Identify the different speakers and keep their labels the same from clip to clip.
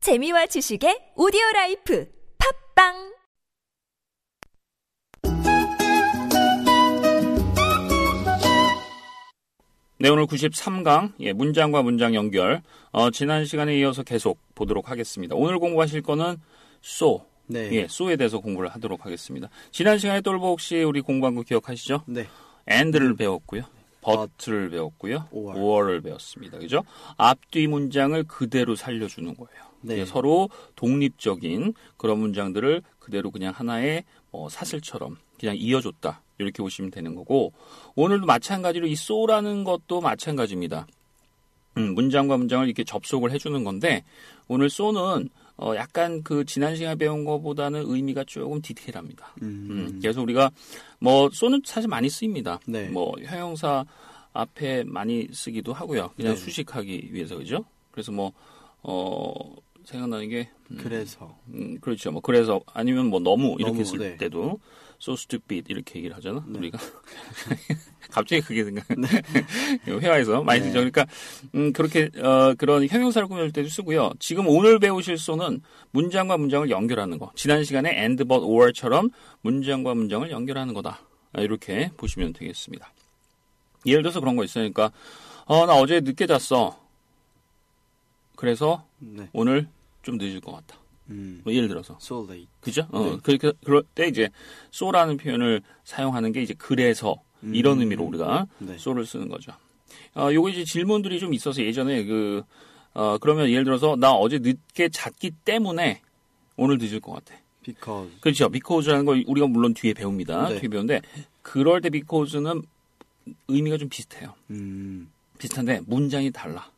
Speaker 1: 재미와 지식의 오디오 라이프 팝빵
Speaker 2: 네, 오늘 93강, 예, 문장과 문장 연결, 어, 지난 시간에 이어서 계속 보도록 하겠습니다. 오늘 공부하실 거는 so,
Speaker 3: 네.
Speaker 2: 예, so에 대해서 공부를 하도록 하겠습니다. 지난 시간에 똘보 혹시 우리 공부한 거 기억하시죠?
Speaker 3: 네.
Speaker 2: and를 배웠고요. but를 배웠고요.
Speaker 3: or.
Speaker 2: or를 배웠습니다. 그죠? 앞뒤 문장을 그대로 살려주는 거예요.
Speaker 3: 네.
Speaker 2: 예, 서로 독립적인 그런 문장들을 그대로 그냥 하나의 뭐 사슬처럼 그냥 이어줬다. 이렇게 보시면 되는 거고 오늘도 마찬가지로 이 so라는 것도 마찬가지입니다. 음, 문장과 문장을 이렇게 접속을 해주는 건데 오늘 so는 어, 약간 그 지난 시간에 배운 것보다는 의미가 조금 디테일합니다. 음, 그래서 우리가 뭐 쏘는 사실 많이 쓰입니다.
Speaker 3: 네.
Speaker 2: 뭐 형용사 앞에 많이 쓰기도 하고요. 그냥
Speaker 3: 네.
Speaker 2: 수식하기 위해서 그죠? 그래서 뭐, 뭐어 생각나는 게
Speaker 3: 그래서
Speaker 2: 음, 그렇죠. 뭐 그래서 아니면 뭐 너무 이렇게
Speaker 3: 너무,
Speaker 2: 쓸
Speaker 3: 네.
Speaker 2: 때도 so stupid 이렇게 얘기를 하잖아. 우리가 갑자기 그게 생각. 회화에서 많이
Speaker 3: 네.
Speaker 2: 쓰죠. 그러니까 음, 그렇게 어, 그런 형용사를 꾸밀 때도 쓰고요. 지금 오늘 배우실 so는 문장과 문장을 연결하는 거. 지난 시간에 and but or처럼 문장과 문장을 연결하는 거다. 아, 이렇게 보시면 되겠습니다. 예를 들어서 그런 거 있으니까 어, 나 어제 늦게 잤어. 그래서
Speaker 3: 네.
Speaker 2: 오늘 좀 늦을 것 같다.
Speaker 3: 음.
Speaker 2: 뭐 예를 들어서
Speaker 3: so late.
Speaker 2: 그죠? 어,
Speaker 3: 네.
Speaker 2: 그렇게 그럴 때 이제 소라는 표현을 사용하는 게 이제 그래서 이런 의미로 우리가
Speaker 3: 음. 네.
Speaker 2: 소를 쓰는 거죠. 어, 요거 이제 질문들이 좀 있어서 예전에 그 어, 그러면 예를 들어서 나 어제 늦게 잤기 때문에 오늘 늦을 것 같아.
Speaker 3: because
Speaker 2: 그렇죠. because라는 걸 우리가 물론 뒤에 배웁니다.
Speaker 3: 네.
Speaker 2: 뒤에 배우는데 그럴 때 because는 의미가 좀 비슷해요.
Speaker 3: 음.
Speaker 2: 비슷한데 문장이 달라.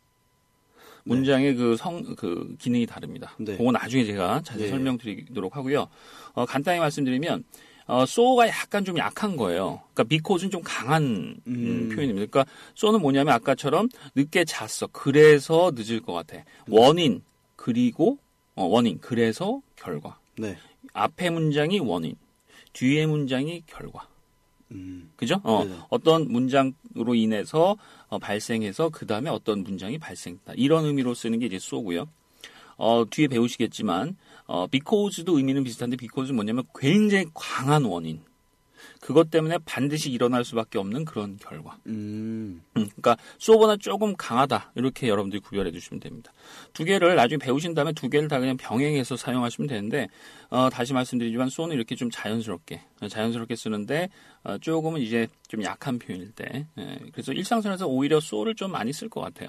Speaker 2: 문장의 그 성 그 기능이 다릅니다.
Speaker 3: 네.
Speaker 2: 그건 나중에 제가 자세히
Speaker 3: 네.
Speaker 2: 설명드리도록 하고요. 어, 간단히 말씀드리면 어, so가 약간 좀 약한 거예요. 그러니까 because는 좀 강한 음,
Speaker 3: 음.
Speaker 2: 표현입니다. 그러니까 so는 뭐냐면 아까처럼 늦게 잤어. 그래서 늦을 것 같아. 원인 그리고 어, 원인 그래서 결과.
Speaker 3: 네.
Speaker 2: 앞에 문장이 원인, 뒤에 문장이 결과.
Speaker 3: 음.
Speaker 2: 그죠? 어,
Speaker 3: 네네.
Speaker 2: 어떤 문장으로 인해서 어, 발생해서 그 다음에 어떤 문장이 발생했다. 이런 의미로 쓰는 게 이제 쏘고요. 어, 뒤에 배우시겠지만 어, because도 의미는 비슷한데 because는 뭐냐면 굉장히 강한 원인. 그것 때문에 반드시 일어날 수밖에 없는 그런 결과.
Speaker 3: 음.
Speaker 2: 음, 그러니까 쏘거나 조금 강하다 이렇게 여러분들이 구별해 주시면 됩니다. 두 개를 나중에 배우신 다음에 두 개를 다 그냥 병행해서 사용하시면 되는데 어, 다시 말씀드리지만 쏘는 이렇게 좀 자연스럽게 자연스럽게 쓰는데 어, 조금은 이제 좀 약한 표현일 때 예, 그래서 일상생활에서 오히려 쏘를 좀 많이 쓸 것 같아요.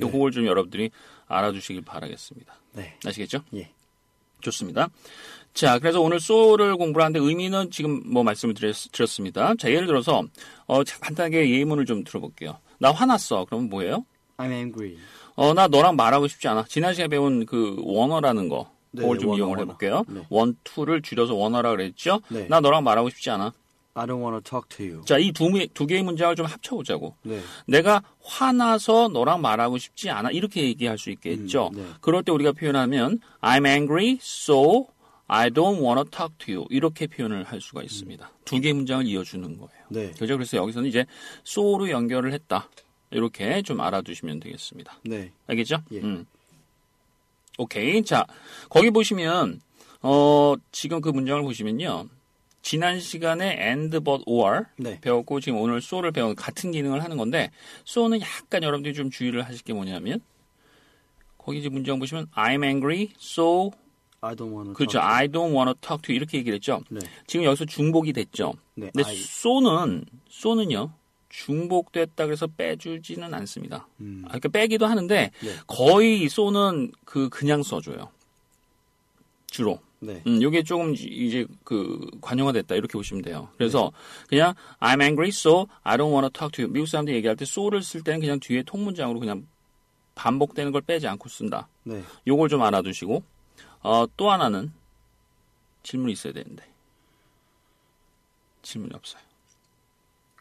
Speaker 2: 요 그걸 좀 여러분들이 알아주시길 바라겠습니다.
Speaker 3: 네.
Speaker 2: 아시겠죠?
Speaker 3: 예.
Speaker 2: 좋습니다. 자, 그래서 오늘 소를 공부를 하는데 의미는 지금 뭐 말씀을 드렸, 습니다 자, 예를 들어서 어, 자, 간단하게 예문을 좀 들어볼게요. 나 화났어. 그러면 뭐예요?
Speaker 3: I'm angry.
Speaker 2: 어, 나 너랑 말하고 싶지 않아. 지난 시간에 배운 그 원어라는 거.
Speaker 3: 네,
Speaker 2: 그걸 좀
Speaker 3: 원어,
Speaker 2: 이용을
Speaker 3: 원어.
Speaker 2: 해볼게요.
Speaker 3: 네.
Speaker 2: 원, 투를 줄여서 원어라 그랬죠?
Speaker 3: 네.
Speaker 2: 나 너랑 말하고 싶지 않아.
Speaker 3: I don't want to talk to you.
Speaker 2: 자, 이 두 두 개의 문장을 좀 합쳐보자고.
Speaker 3: 네.
Speaker 2: 내가 화나서 너랑 말하고 싶지 않아 이렇게 얘기할 수 있겠죠.
Speaker 3: 음, 네.
Speaker 2: 그럴 때 우리가 표현하면 I'm angry, so I don't wanna talk to you 이렇게 표현을 할 수가 있습니다. 두 개의 문장을 이어주는 거예요.
Speaker 3: 음. 네.
Speaker 2: 그죠? 그래서 여기서는 이제 so로 연결을 했다 이렇게 좀 알아두시면 되겠습니다.
Speaker 3: 네.
Speaker 2: 알겠죠?
Speaker 3: 예.
Speaker 2: 음. 오케이. 자, 거기 보시면 어, 지금 그 문장을 보시면요. 지난 시간에 and but or
Speaker 3: 네.
Speaker 2: 배웠고 지금 오늘 so를 배운 같은 기능을 하는 건데 so는 약간 여러분들이 좀 주의를 하실 게 뭐냐면 거기 이제 문장 보시면 I'm angry, so
Speaker 3: I don't want to
Speaker 2: 그렇죠.
Speaker 3: talk.
Speaker 2: I don't wanna talk to you 이렇게 얘기를 했죠.
Speaker 3: 네.
Speaker 2: 지금 여기서 중복이 됐죠.
Speaker 3: 네.
Speaker 2: 근데
Speaker 3: I
Speaker 2: so는 so는요 중복됐다 그래서 빼주지는 않습니다.
Speaker 3: 음.
Speaker 2: 아, 그러니까 빼기도 하는데
Speaker 3: 네.
Speaker 2: 거의 so는 그 그냥 써줘요. 주로.
Speaker 3: 네.
Speaker 2: 음, 요게 조금 이- 이제 그 관용화됐다 이렇게 보시면 돼요. 그래서
Speaker 3: 네.
Speaker 2: 그냥 I'm angry, so I don't wanna talk to you. 미국 사람들이 얘기할 때 so를 쓸 때는 그냥 뒤에 통문장으로 그냥 반복되는 걸 빼지 않고 쓴다.
Speaker 3: 네.
Speaker 2: 요걸 좀 알아두시고 어, 또 하나는 질문이 있어야 되는데 질문이 없어요.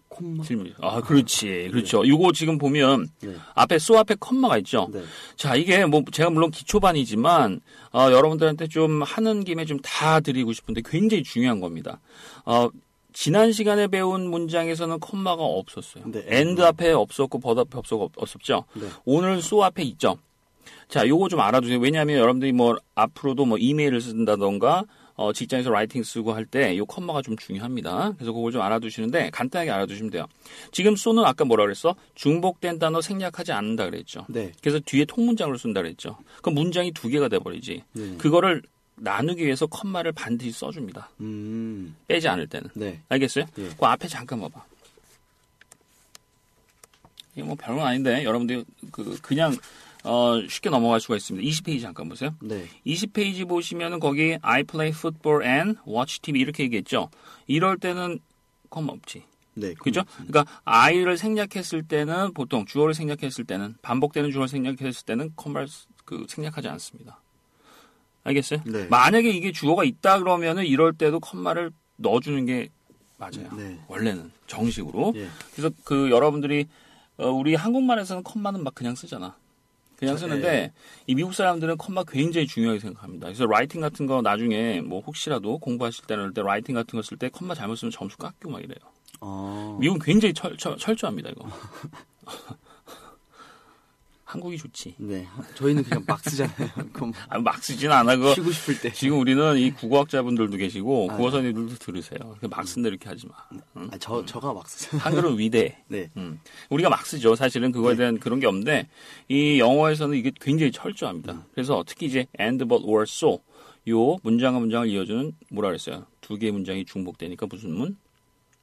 Speaker 3: 콤마.
Speaker 2: 질문이 아 그렇지 그렇죠. 요거 지금 보면
Speaker 3: 뭐. 네.
Speaker 2: 앞에 so 앞에 컴마가 있죠.
Speaker 3: 네.
Speaker 2: 자, 이게 뭐 제가 물론 기초반이지만 어, 여러분들한테 좀 하는 김에 좀 다 드리고 싶은데 굉장히 중요한 겁니다. 어, 지난 시간에 배운 문장에서는 콤마가 없었어요.
Speaker 3: 네.
Speaker 2: and 앞에 없었고 but 앞에 없었고 없- 없었죠.
Speaker 3: 네.
Speaker 2: 오늘 so 앞에 있죠. 자, 요거 좀 알아두세요. 왜냐하면 여러분들이 뭐 앞으로도 뭐 이메일을 쓴다던가 어, 직장에서 라이팅 쓰고 할 때 요 컴마가 좀 중요합니다. 그래서 그걸 좀 알아두시는데 간단하게 알아두시면 돼요. 지금 쏘는 아까 뭐라 그랬어? 중복된 단어 생략하지 않는다 그랬죠.
Speaker 3: 네.
Speaker 2: 그래서 뒤에 통문장으로 쓴다 그랬죠. 그럼 문장이 두 개가 돼버리지.
Speaker 3: 네.
Speaker 2: 그거를 나누기 위해서 컴마를 반드시 써줍니다.
Speaker 3: 음.
Speaker 2: 빼지 않을 때는.
Speaker 3: 네.
Speaker 2: 알겠어요?
Speaker 3: 예.
Speaker 2: 그 앞에 잠깐 봐봐. 이게 뭐 별건 아닌데 여러분들 그 그냥 어, 쉽게 넘어갈 수가 있습니다. 20페이지 잠깐 보세요.
Speaker 3: 네.
Speaker 2: 20페이지 보시면은 거기 I play football and watch TV 이렇게 얘기했죠. 이럴 때는 컴마 없지.
Speaker 3: 네.
Speaker 2: 그죠? 그러니까 I를 생략했을 때는 보통 주어를 생략했을 때는 반복되는 주어를 생략했을 때는 컴마 그 생략하지 않습니다. 알겠어요?
Speaker 3: 네.
Speaker 2: 만약에 이게 주어가 있다 그러면은 이럴 때도 컴마를 넣어주는 게 맞아요.
Speaker 3: 네.
Speaker 2: 원래는 정식으로.
Speaker 3: 예.
Speaker 2: 그래서 그 여러분들이 어, 우리 한국말에서는 컴마는 막 그냥 쓰잖아. 그냥
Speaker 3: 자,
Speaker 2: 쓰는데 이 미국 사람들은 컴마 굉장히 중요하게 생각합니다. 그래서 라이팅 같은 거 나중에 뭐 혹시라도 공부하실 때나 이럴 때 라이팅 같은 거 쓸 때 컴마 잘못 쓰면 점수 깎고 막 이래요.
Speaker 3: 어.
Speaker 2: 미국은 굉장히 철, 철, 철저합니다 이거. 한국이 좋지.
Speaker 3: 네. 하- 저희는 그냥 막 쓰잖아요. 그럼
Speaker 2: 아, 막 쓰진 않아 그거.
Speaker 3: 쉬고 싶을 때.
Speaker 2: 지금 우리는 이 국어학자분들도 계시고
Speaker 3: 아,
Speaker 2: 국어선생님들도 들으세요. 그 막 쓴다 이렇게 하지 마.
Speaker 3: 아, 저 저가 막 쓰잖아요.
Speaker 2: 한글은 위대해.
Speaker 3: 네.
Speaker 2: 음. 우리가 막 쓰죠. 사실은 그거에 대한 그런 게 없는데 이 영어에서는 이게 굉장히 철저합니다. 그래서 특히 이제 and but or so 요 문장과 문장을 이어주는 뭐라 그랬어요? 두 개의 문장이 중복되니까 무슨 문?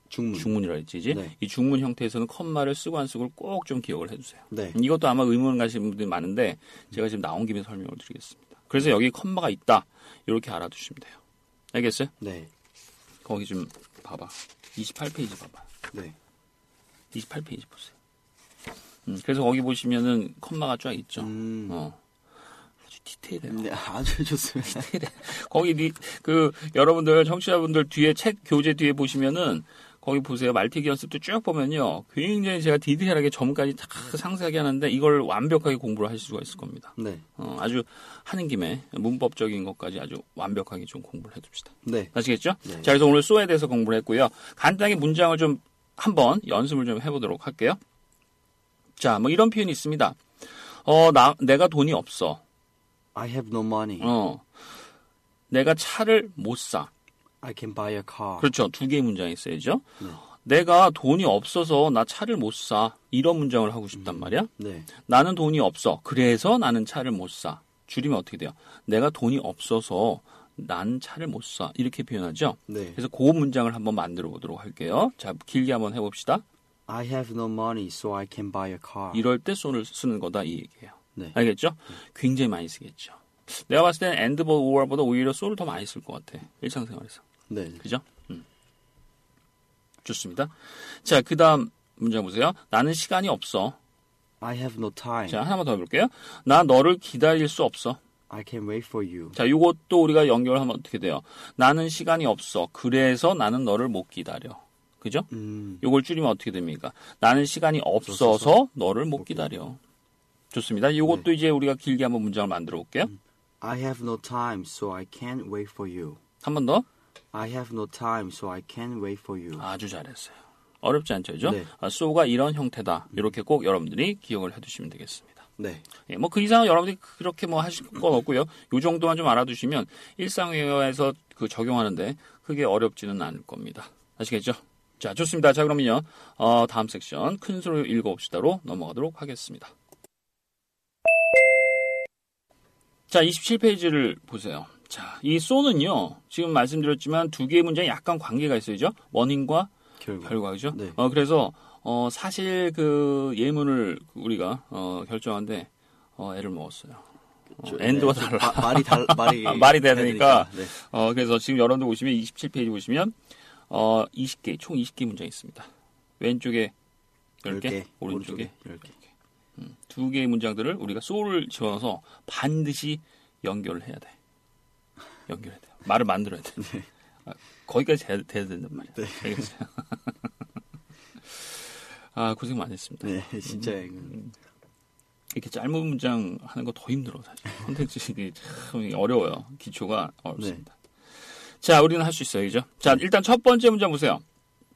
Speaker 3: 중문.
Speaker 2: 중문이라 했지.
Speaker 3: 네.
Speaker 2: 이 중문 형태에서는 컴마를 쓰고 안 쓰고를 꼭 좀 기억을 해주세요.
Speaker 3: 네.
Speaker 2: 이것도 아마 의문 가시는 분들이 많은데 제가 지금 나온 김에 설명을 드리겠습니다. 그래서 여기 컴마가 있다 이렇게 알아두시면 돼요. 알겠어요?
Speaker 3: 네.
Speaker 2: 거기 좀 봐봐. 28페이지 봐봐.
Speaker 3: 네.
Speaker 2: 28페이지 보세요. 음, 그래서 거기 보시면은 컴마가 쫙 있죠.
Speaker 3: 음.
Speaker 2: 어. 아주 디테일해요.
Speaker 3: 네. 아주 좋습니다.
Speaker 2: 거기 니- 그 여러분들 청취자분들 뒤에 책 교재 뒤에 보시면은 거기 보세요. 말티기 연습도 쭉 보면요. 굉장히 제가 디테일하게 점까지 다 상세하게 하는데 이걸 완벽하게 공부를 하실 수가 있을 겁니다.
Speaker 3: 네.
Speaker 2: 어, 아주 하는 김에 문법적인 것까지 아주 완벽하게 좀 공부를 해둡시다.
Speaker 3: 네.
Speaker 2: 아시겠죠?
Speaker 3: 네.
Speaker 2: 자, 그래서 오늘 소에 대해서 공부를 했고요. 간단하게 문장을 좀 한번 연습을 좀 해보도록 할게요. 자, 뭐 이런 표현이 있습니다. 어, 나, 내가 돈이 없어.
Speaker 3: I have no money.
Speaker 2: 어, 내가 차를 못 사.
Speaker 3: I can buy a car.
Speaker 2: 그렇죠. 두 개의 문장이 있어야죠. 내가 돈이 없어서 나 차를 못 사. 이런 문장을 하고 싶단 말이야.
Speaker 3: 네.
Speaker 2: 나는 돈이 없어. 그래서 나는 차를 못 사. 줄이면 어떻게 돼요? 내가 돈이 없어서 난 차를 못 사. 이렇게 표현하죠.
Speaker 3: 네.
Speaker 2: 그래서 그 문장을 한번 만들어 보도록 할게요. 자, 길게 한번 해봅시다.
Speaker 3: I have no money, so I can buy a car.
Speaker 2: 이럴 때 손을 쓰는 거다 이 얘기예요.
Speaker 3: 네.
Speaker 2: 알겠죠? 굉장히 많이 쓰겠죠. 내가 봤을 때는 and but or보다 오히려 so를 더 많이 쓸 것 같아. 일상생활에서.
Speaker 3: 네. 네.
Speaker 2: 그죠? 음. 좋습니다. 자, 그 다음 문장 보세요. 나는 시간이 없어.
Speaker 3: I have no time.
Speaker 2: 자, 하나만 더 해볼게요. 나 너를 기다릴 수 없어.
Speaker 3: I can wait for you.
Speaker 2: 자, 요것도 우리가 연결하면 어떻게 돼요? 나는 시간이 없어. 그래서 나는 너를 못 기다려. 그죠?
Speaker 3: 음.
Speaker 2: 요걸 줄이면 어떻게 됩니까? 나는 시간이 없어서 너를 못 기다려. 네. 좋습니다. 요것도 이제 우리가 길게 한번 문장을 만들어 볼게요.
Speaker 3: I have no time, so I can't wait for you.
Speaker 2: 한 번 더.
Speaker 3: I have no time, so I can't wait for you.
Speaker 2: 아주 잘했어요. 어렵지 않죠, 그죠?
Speaker 3: 네.
Speaker 2: 아, 소가 이런 형태다. 이렇게 꼭 여러분들이 기억을 해두시면 되겠습니다.
Speaker 3: 네.
Speaker 2: 예, 뭐 그 이상은 여러분들이 그렇게 뭐 하실 건 없고요. 요 정도만 좀 알아두시면 일상회화에서 그 적용하는데 크게 어렵지는 않을 겁니다. 아시겠죠? 자, 좋습니다. 자, 그러면요. 어, 다음 섹션 큰 소리로 읽어봅시다로 넘어가도록 하겠습니다. 자, 27페이지를 보세요. 자, 이 쏘는요. 지금 말씀드렸지만 두 개의 문장에 약간 관계가 있어야죠. 원인과
Speaker 3: 결국.
Speaker 2: 결과죠.
Speaker 3: 네.
Speaker 2: 어, 그래서 어, 사실 그 예문을 우리가 어, 결정한데 어, 애를 먹었어요. 어, 엔드가
Speaker 3: 네,
Speaker 2: 달라.
Speaker 3: 마- 말이 달 말이
Speaker 2: 아, 말이 돼야 되니까.
Speaker 3: 네.
Speaker 2: 어, 그래서 지금 여러분들 보시면 27페이지 보시면 어, 20개 총 20개 문장이 있습니다. 왼쪽에 10개,
Speaker 3: 열 개,
Speaker 2: 오른쪽에
Speaker 3: 열 개.
Speaker 2: 두 개의 문장들을 우리가 소를 지어서 반드시 연결을 해야 돼. 연결해야 돼. 말을 만들어야 돼. 아, 거기까지 돼야, 돼야 된단 말이야. 알겠어요? 아, 고생 많으셨습니다.
Speaker 3: 네, 진짜
Speaker 2: 음.
Speaker 3: 이건
Speaker 2: 이렇게 짧은 문장 하는 거 더 힘들어 사실. 콘텐츠들이 참 어려워요. 기초가 어렵습니다. 자, 우리는 할 수 있어요, 그죠? 자, 일단 첫 번째 문장 보세요.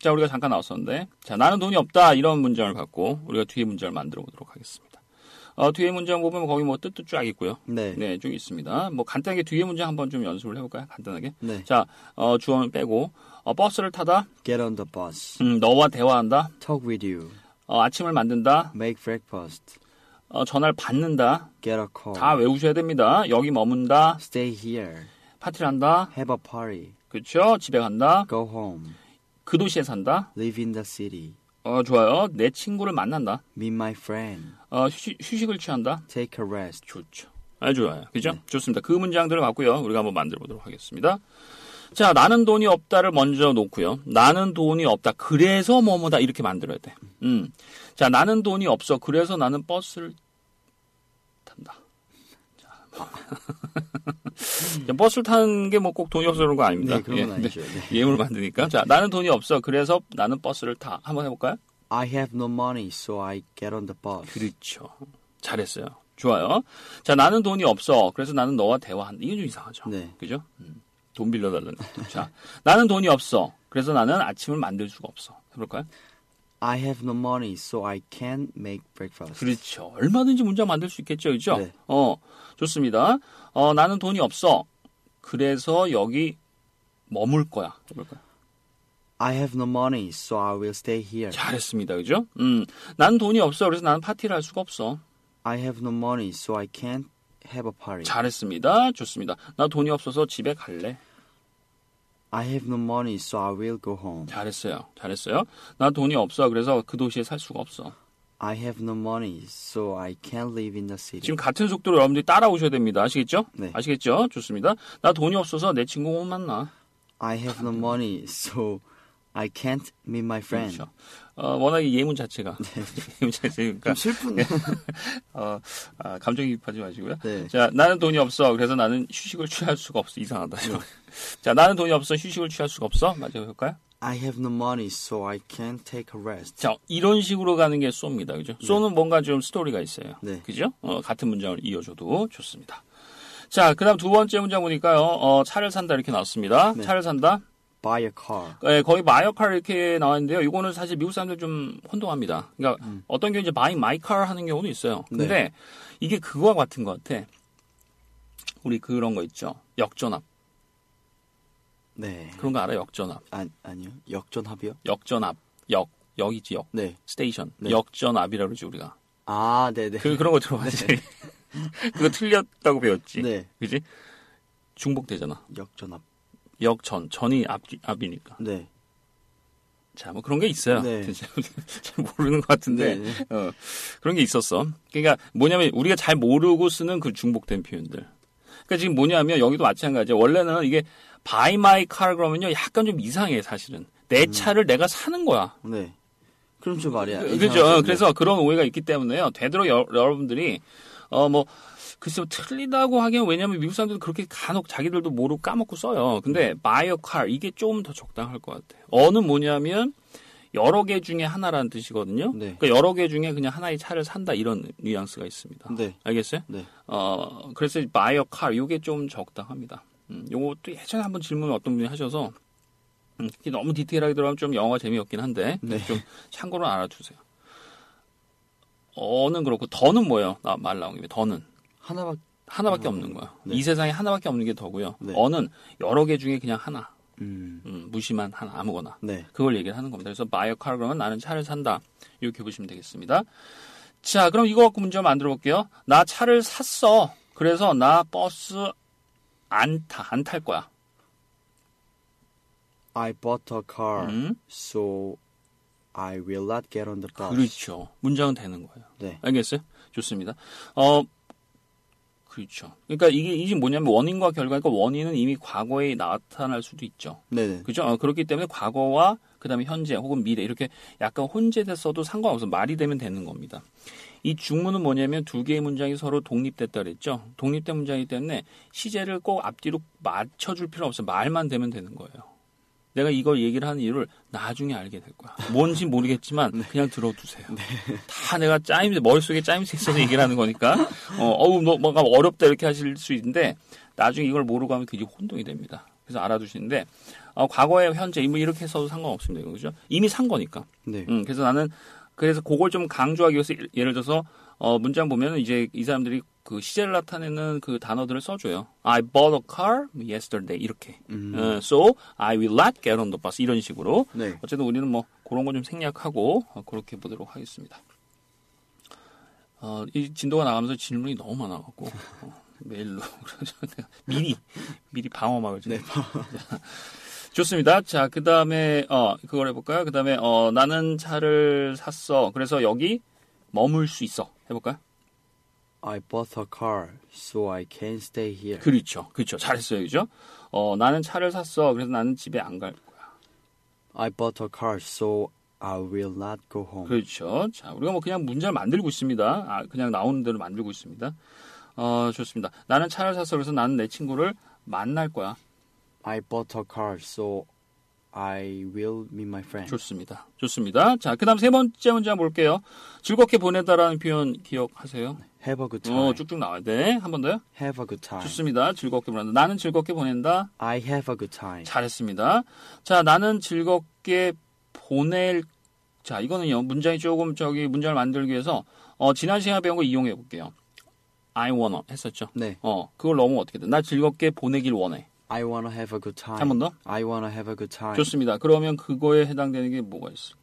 Speaker 2: 자, 우리가 잠깐 나왔었는데, 자, 나는 돈이 없다 이런 문장을 갖고 우리가 뒤에 문장을 만들어 보도록 하겠습니다. 어, 뒤에 문장 보면 거기 뭐 뜻도 쫙 있고요.
Speaker 3: 네.
Speaker 2: 네, 쭉 있습니다. 뭐 간단하게 뒤에 문장 한번 좀 연습을 해볼까요? 간단하게.
Speaker 3: 네.
Speaker 2: 자, 어, 주어는 빼고 어, 버스를 타다.
Speaker 3: Get on the bus.
Speaker 2: 음, 너와 대화한다.
Speaker 3: Talk with you.
Speaker 2: 어, 아침을 만든다.
Speaker 3: Make breakfast.
Speaker 2: 어, 전화를 받는다.
Speaker 3: Get a call.
Speaker 2: 다 외우셔야 됩니다. 여기 머문다.
Speaker 3: Stay here.
Speaker 2: 파티를 한다.
Speaker 3: Have a party.
Speaker 2: 그렇죠? 집에 간다.
Speaker 3: Go home.
Speaker 2: 그 도시에 산다.
Speaker 3: Live in the city.
Speaker 2: 어, 좋아요. 내 친구를 만난다.
Speaker 3: Meet my friend.
Speaker 2: 어, 휴식, 휴식을 취한다.
Speaker 3: Take a rest.
Speaker 2: 좋죠. 아주 좋아요. 그죠?
Speaker 3: 네.
Speaker 2: 좋습니다. 그 문장들을 갖고요. 우리가 한번 만들어 보도록 하겠습니다. 자, 나는 돈이 없다를 먼저 놓고요. 나는 돈이 없다. 그래서 뭐뭐다. 이렇게 만들어야 돼. 음. 자, 나는 돈이 없어. 그래서 나는 버스를 탄다. 자, 자, 버스를 타는 게 뭐 꼭 돈이 없어서 그런 거 아닙니다.
Speaker 3: 네, 그런
Speaker 2: 예,
Speaker 3: 건 아니죠. 네.
Speaker 2: 네. 예물 만드니까. 자, 나는 돈이 없어. 그래서 나는 버스를 타. 한번 해볼까요?
Speaker 3: I have no money, so I get on the bus.
Speaker 2: 그렇죠. 잘했어요. 좋아요. 자, 나는 돈이 없어. 그래서 나는 너와 대화한다. 이건 좀 이상하죠.
Speaker 3: 네.
Speaker 2: 그죠? 음, 돈 빌려달라는. 것도. 자, 나는 돈이 없어. 그래서 나는 아침을 만들 수가 없어. 해볼까요?
Speaker 3: I have no money, so I can't make breakfast.
Speaker 2: 그렇죠. 얼마든지 문장 만들 수 있겠죠. 그죠?
Speaker 3: 네.
Speaker 2: 어, 좋습니다. 어, 나는 돈이 없어. 그래서 여기 머물 거야. 해볼까요?
Speaker 3: I have no money, so I will stay here.
Speaker 2: 잘했습니다. 그죠? 음, 나는 돈이 없어. 그래서 나는 파티를 할 수가 없어.
Speaker 3: I have no money, so I can't have a party.
Speaker 2: 잘했습니다. 좋습니다. 나 돈이 없어서 집에 갈래.
Speaker 3: I have no money, so I will go home.
Speaker 2: 잘했어요. 잘했어요. 나 돈이 없어. 그래서 그 도시에 살 수가 없어.
Speaker 3: I have no money, so I can't live in the city.
Speaker 2: 지금 같은 속도로 여러분들이 따라오셔야 됩니다. 아시겠죠?
Speaker 3: 네.
Speaker 2: 아시겠죠? 좋습니다. 나 돈이 없어서 내 친구 못 만나.
Speaker 3: I have no money, so I can't meet my friend.
Speaker 2: 그렇죠. 어, 워낙에 예문 자체가
Speaker 3: 네.
Speaker 2: 예문 자체니까
Speaker 3: 좀 슬픈.
Speaker 2: 어, 아, 감정이입하지 마시고요.
Speaker 3: 네.
Speaker 2: 자, 나는 돈이 없어. 그래서 나는 휴식을 취할 수가 없어. 이상하다.
Speaker 3: 네.
Speaker 2: 이거. 자, 나는 돈이 없어. 휴식을 취할 수가 없어. 맞아 볼까요?
Speaker 3: I have no money, so I can't take a rest.
Speaker 2: 자, 이런 식으로 가는 게 쏘입니다. 그죠? 쏘는 뭔가 좀 스토리가 있어요.
Speaker 3: 네.
Speaker 2: 그죠? 어, 같은 문장을 이어줘도 좋습니다. 자, 그 다음 두 번째 문장 보니까요, 어, 차를 산다 이렇게 나왔습니다.
Speaker 3: 네.
Speaker 2: 차를 산다.
Speaker 3: Buy a car.
Speaker 2: 예, 거의 마이어칼 이렇게 나왔는데요. 이거는 사실 미국 사람들 좀 혼동합니다. 그러니까
Speaker 3: 음.
Speaker 2: 어떤 경우 이제 마이 마이칼 하는 경우도 있어요.
Speaker 3: 네.
Speaker 2: 근데 이게 그거와 같은 것 같아. 우리 그런 거 있죠. 역전압.
Speaker 3: 네.
Speaker 2: 그런 거 알아요? 역전압.
Speaker 3: 아, 아니요. 역전합이요?
Speaker 2: 역전압. 역. 역이지, 역.
Speaker 3: 네.
Speaker 2: 스테이션.
Speaker 3: 네.
Speaker 2: 역전압이라고 그러지, 우리가.
Speaker 3: 아, 네네.
Speaker 2: 그, 그런 거 들어봤지. 그거 틀렸다고 배웠지.
Speaker 3: 네.
Speaker 2: 그지? 중복되잖아.
Speaker 3: 역전합.
Speaker 2: 역전. 전이 앞, 앞이니까.
Speaker 3: 네.
Speaker 2: 자, 뭐 그런 게 있어요.
Speaker 3: 네.
Speaker 2: 잘 모르는 것 같은데.
Speaker 3: 네,
Speaker 2: 어, 그런 게 있었어. 그러니까 뭐냐면 우리가 잘 모르고 쓰는 그 중복된 표현들. 그러니까 지금 뭐냐면 여기도 마찬가지야. 원래는 이게 buy my car 그러면요. 약간 좀 이상해, 사실은. 내
Speaker 3: 음.
Speaker 2: 차를 내가 사는 거야.
Speaker 3: 네. 그럼 좀 예, 말이야. 뭐,
Speaker 2: 그죠. 어, 그래서 그런 오해가 있기 때문에요. 되도록 여, 러분들이 어 뭐 글쎄 뭐 틀리다고 하기엔 왜냐하면 미국 사람들도 그렇게 간혹 자기들도 모르고 까먹고 써요.
Speaker 3: 음.
Speaker 2: 근데 buy a car 이게 좀 더 적당할 것 같아요. 어는 뭐냐면 여러 개 중에 하나라는 뜻이거든요.
Speaker 3: 네.
Speaker 2: 그러니까 여러 개 중에 그냥 하나의 차를 산다 이런 뉘앙스가 있습니다.
Speaker 3: 네.
Speaker 2: 알겠어요?
Speaker 3: 네.
Speaker 2: 어, 그래서 buy a car 이게 좀 적당합니다. 음, 요것도 예전에 한번 질문을 어떤 분이 하셔서 음, 이게 너무 디테일하게 들어가면 좀 영어가 재미없긴 한데
Speaker 3: 네.
Speaker 2: 좀 참고로 알아두세요. 어는 그렇고 더는 뭐예요? 나 말 나온 김에 더는
Speaker 3: 하나밖에
Speaker 2: 하나밖에 없는 거야.
Speaker 3: 네.
Speaker 2: 이 세상에 하나밖에 없는 게 더고요.
Speaker 3: 네.
Speaker 2: 어는 여러 개 중에 그냥 하나,
Speaker 3: 음.
Speaker 2: 음, 무심한 하나, 아무거나.
Speaker 3: 네.
Speaker 2: 그걸 얘기를 하는 겁니다. 그래서 buy a car 그러면 나는 차를 산다. 이렇게 보시면 되겠습니다. 자, 그럼 이거 갖고 문제 만들어 볼게요. 나 차를 샀어. 그래서 나 버스 안 타, 안 탈 거야.
Speaker 3: I bought a car,
Speaker 2: 음?
Speaker 3: so I will not get on the bus.
Speaker 2: 그렇죠. 문장은 되는 거예요.
Speaker 3: 네.
Speaker 2: 알겠어요? 좋습니다. 어, 그렇죠. 그러니까 이게, 이게 뭐냐면 원인과 결과니까 원인은 이미 과거에 나타날 수도 있죠.
Speaker 3: 네네.
Speaker 2: 그죠? 어, 그렇기 때문에 과거와 그다음에 현재 혹은 미래 이렇게 약간 혼재됐어도 상관없어 말이 되면 되는 겁니다. 이 중문은 뭐냐면 두 개의 문장이 서로 독립됐다 그랬죠. 독립된 문장이기 때문에 시제를 꼭 앞뒤로 맞춰줄 필요 없어 말만 되면 되는 거예요. 내가 이걸 얘기를 하는 이유를 나중에 알게 될 거야. 뭔지 모르겠지만 그냥 들어두세요. 다 내가 짜임 머릿속에 짜임새 있어서 얘기를 하는 거니까 어, 어우 뭐, 뭔가 어렵다 이렇게 하실 수 있는데 나중에 이걸 모르고 하면 굉장히 혼동이 됩니다. 그래서 알아두시는데 어, 과거에 현재 뭐 이렇게 써도 상관없습니다. 그죠? 이미 산 거니까.
Speaker 3: 네.
Speaker 2: 음, 그래서 나는 그래서 그걸 좀 강조하기 위해서 예를 들어서 어, 문장 보면 이제 이 사람들이 그 시제를 나타내는 그 단어들을 써줘요. I bought a car yesterday 이렇게. 어, so I will not get on the bus 이런 식으로.
Speaker 3: 네.
Speaker 2: 어쨌든 우리는 뭐 그런 거 좀 생략하고 어, 그렇게 보도록 하겠습니다. 어, 이 진도가 나가면서 질문이 너무 많아갖고 어, 메일로 그래서 내가 미리 미리 방어막을 좀. 좋습니다. 자, 그 다음에, 어, 그걸 해볼까요? 그 다음에, 어, 나는 차를 샀어. 그래서 여기 머물 수 있어. 해볼까요?
Speaker 3: I bought a car, so I can stay here.
Speaker 2: 그렇죠. 그렇죠. 잘했어요. 그죠? 어, 나는 차를 샀어. 그래서 나는 집에 안 갈 거야.
Speaker 3: I bought a car, so I will not go home.
Speaker 2: 그렇죠. 자, 우리가 뭐 그냥 문제를 만들고 있습니다. 아, 그냥 나오는 대로 만들고 있습니다. 어, 좋습니다. 나는 차를 샀어. 그래서 나는 내 친구를 만날 거야.
Speaker 3: I bought a car, so I will meet my friend.
Speaker 2: 좋습니다. 좋습니다. 자, 그 다음 세 번째 문제 한번 볼게요. 즐겁게 보내다라는 표현 기억하세요?
Speaker 3: Have a good time.
Speaker 2: 어, 쭉쭉 나와야 돼. 한 번 더요?
Speaker 3: Have a good time.
Speaker 2: 좋습니다. 즐겁게 보낸다. 나는 즐겁게 보낸다.
Speaker 3: I have a good time.
Speaker 2: 잘했습니다. 자, 나는 즐겁게 보낼. 자, 이거는요. 문장이 조금 저기 문장을 만들기 위해서 어, 지난 시간에 배운 거 이용해 볼게요. I wanna 했었죠.
Speaker 3: 네.
Speaker 2: 어, 그걸 넘으면 어떻게 돼? 나 즐겁게 보내길 원해.
Speaker 3: I wanna have a good time.
Speaker 2: 한번 더?
Speaker 3: I wanna have a good time.
Speaker 2: 좋습니다. 그러면 그거에 해당되는 게 뭐가 있을까?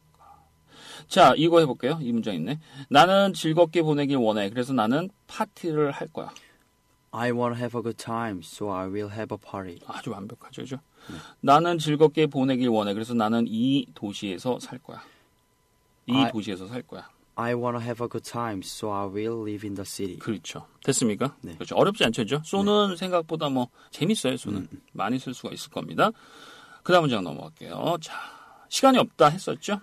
Speaker 2: 자, 이거 해볼게요. 이 문장 있네. 나는 즐겁게 보내길 원해. 그래서 나는 파티를 할 거야.
Speaker 3: I wanna have a good time, so I will have a party.
Speaker 2: 아주 완벽하죠, 그죠?
Speaker 3: 네.
Speaker 2: 나는 즐겁게 보내길 원해. 그래서 나는 이 도시에서 살 거야. 이
Speaker 3: 아,
Speaker 2: 도시에서 살 거야.
Speaker 3: I wanna have a good time, so I will live in the city.
Speaker 2: 그렇죠. 됐습니까?
Speaker 3: 네.
Speaker 2: 그렇죠. 어렵지 않죠, 그죠? 쏘는 생각보다 뭐 재밌어요,
Speaker 3: 음,
Speaker 2: 쏘는. 많이 쓸 수가 있을 겁니다. 그다음 문장 넘어갈게요. 자, 시간이 없다 했었죠?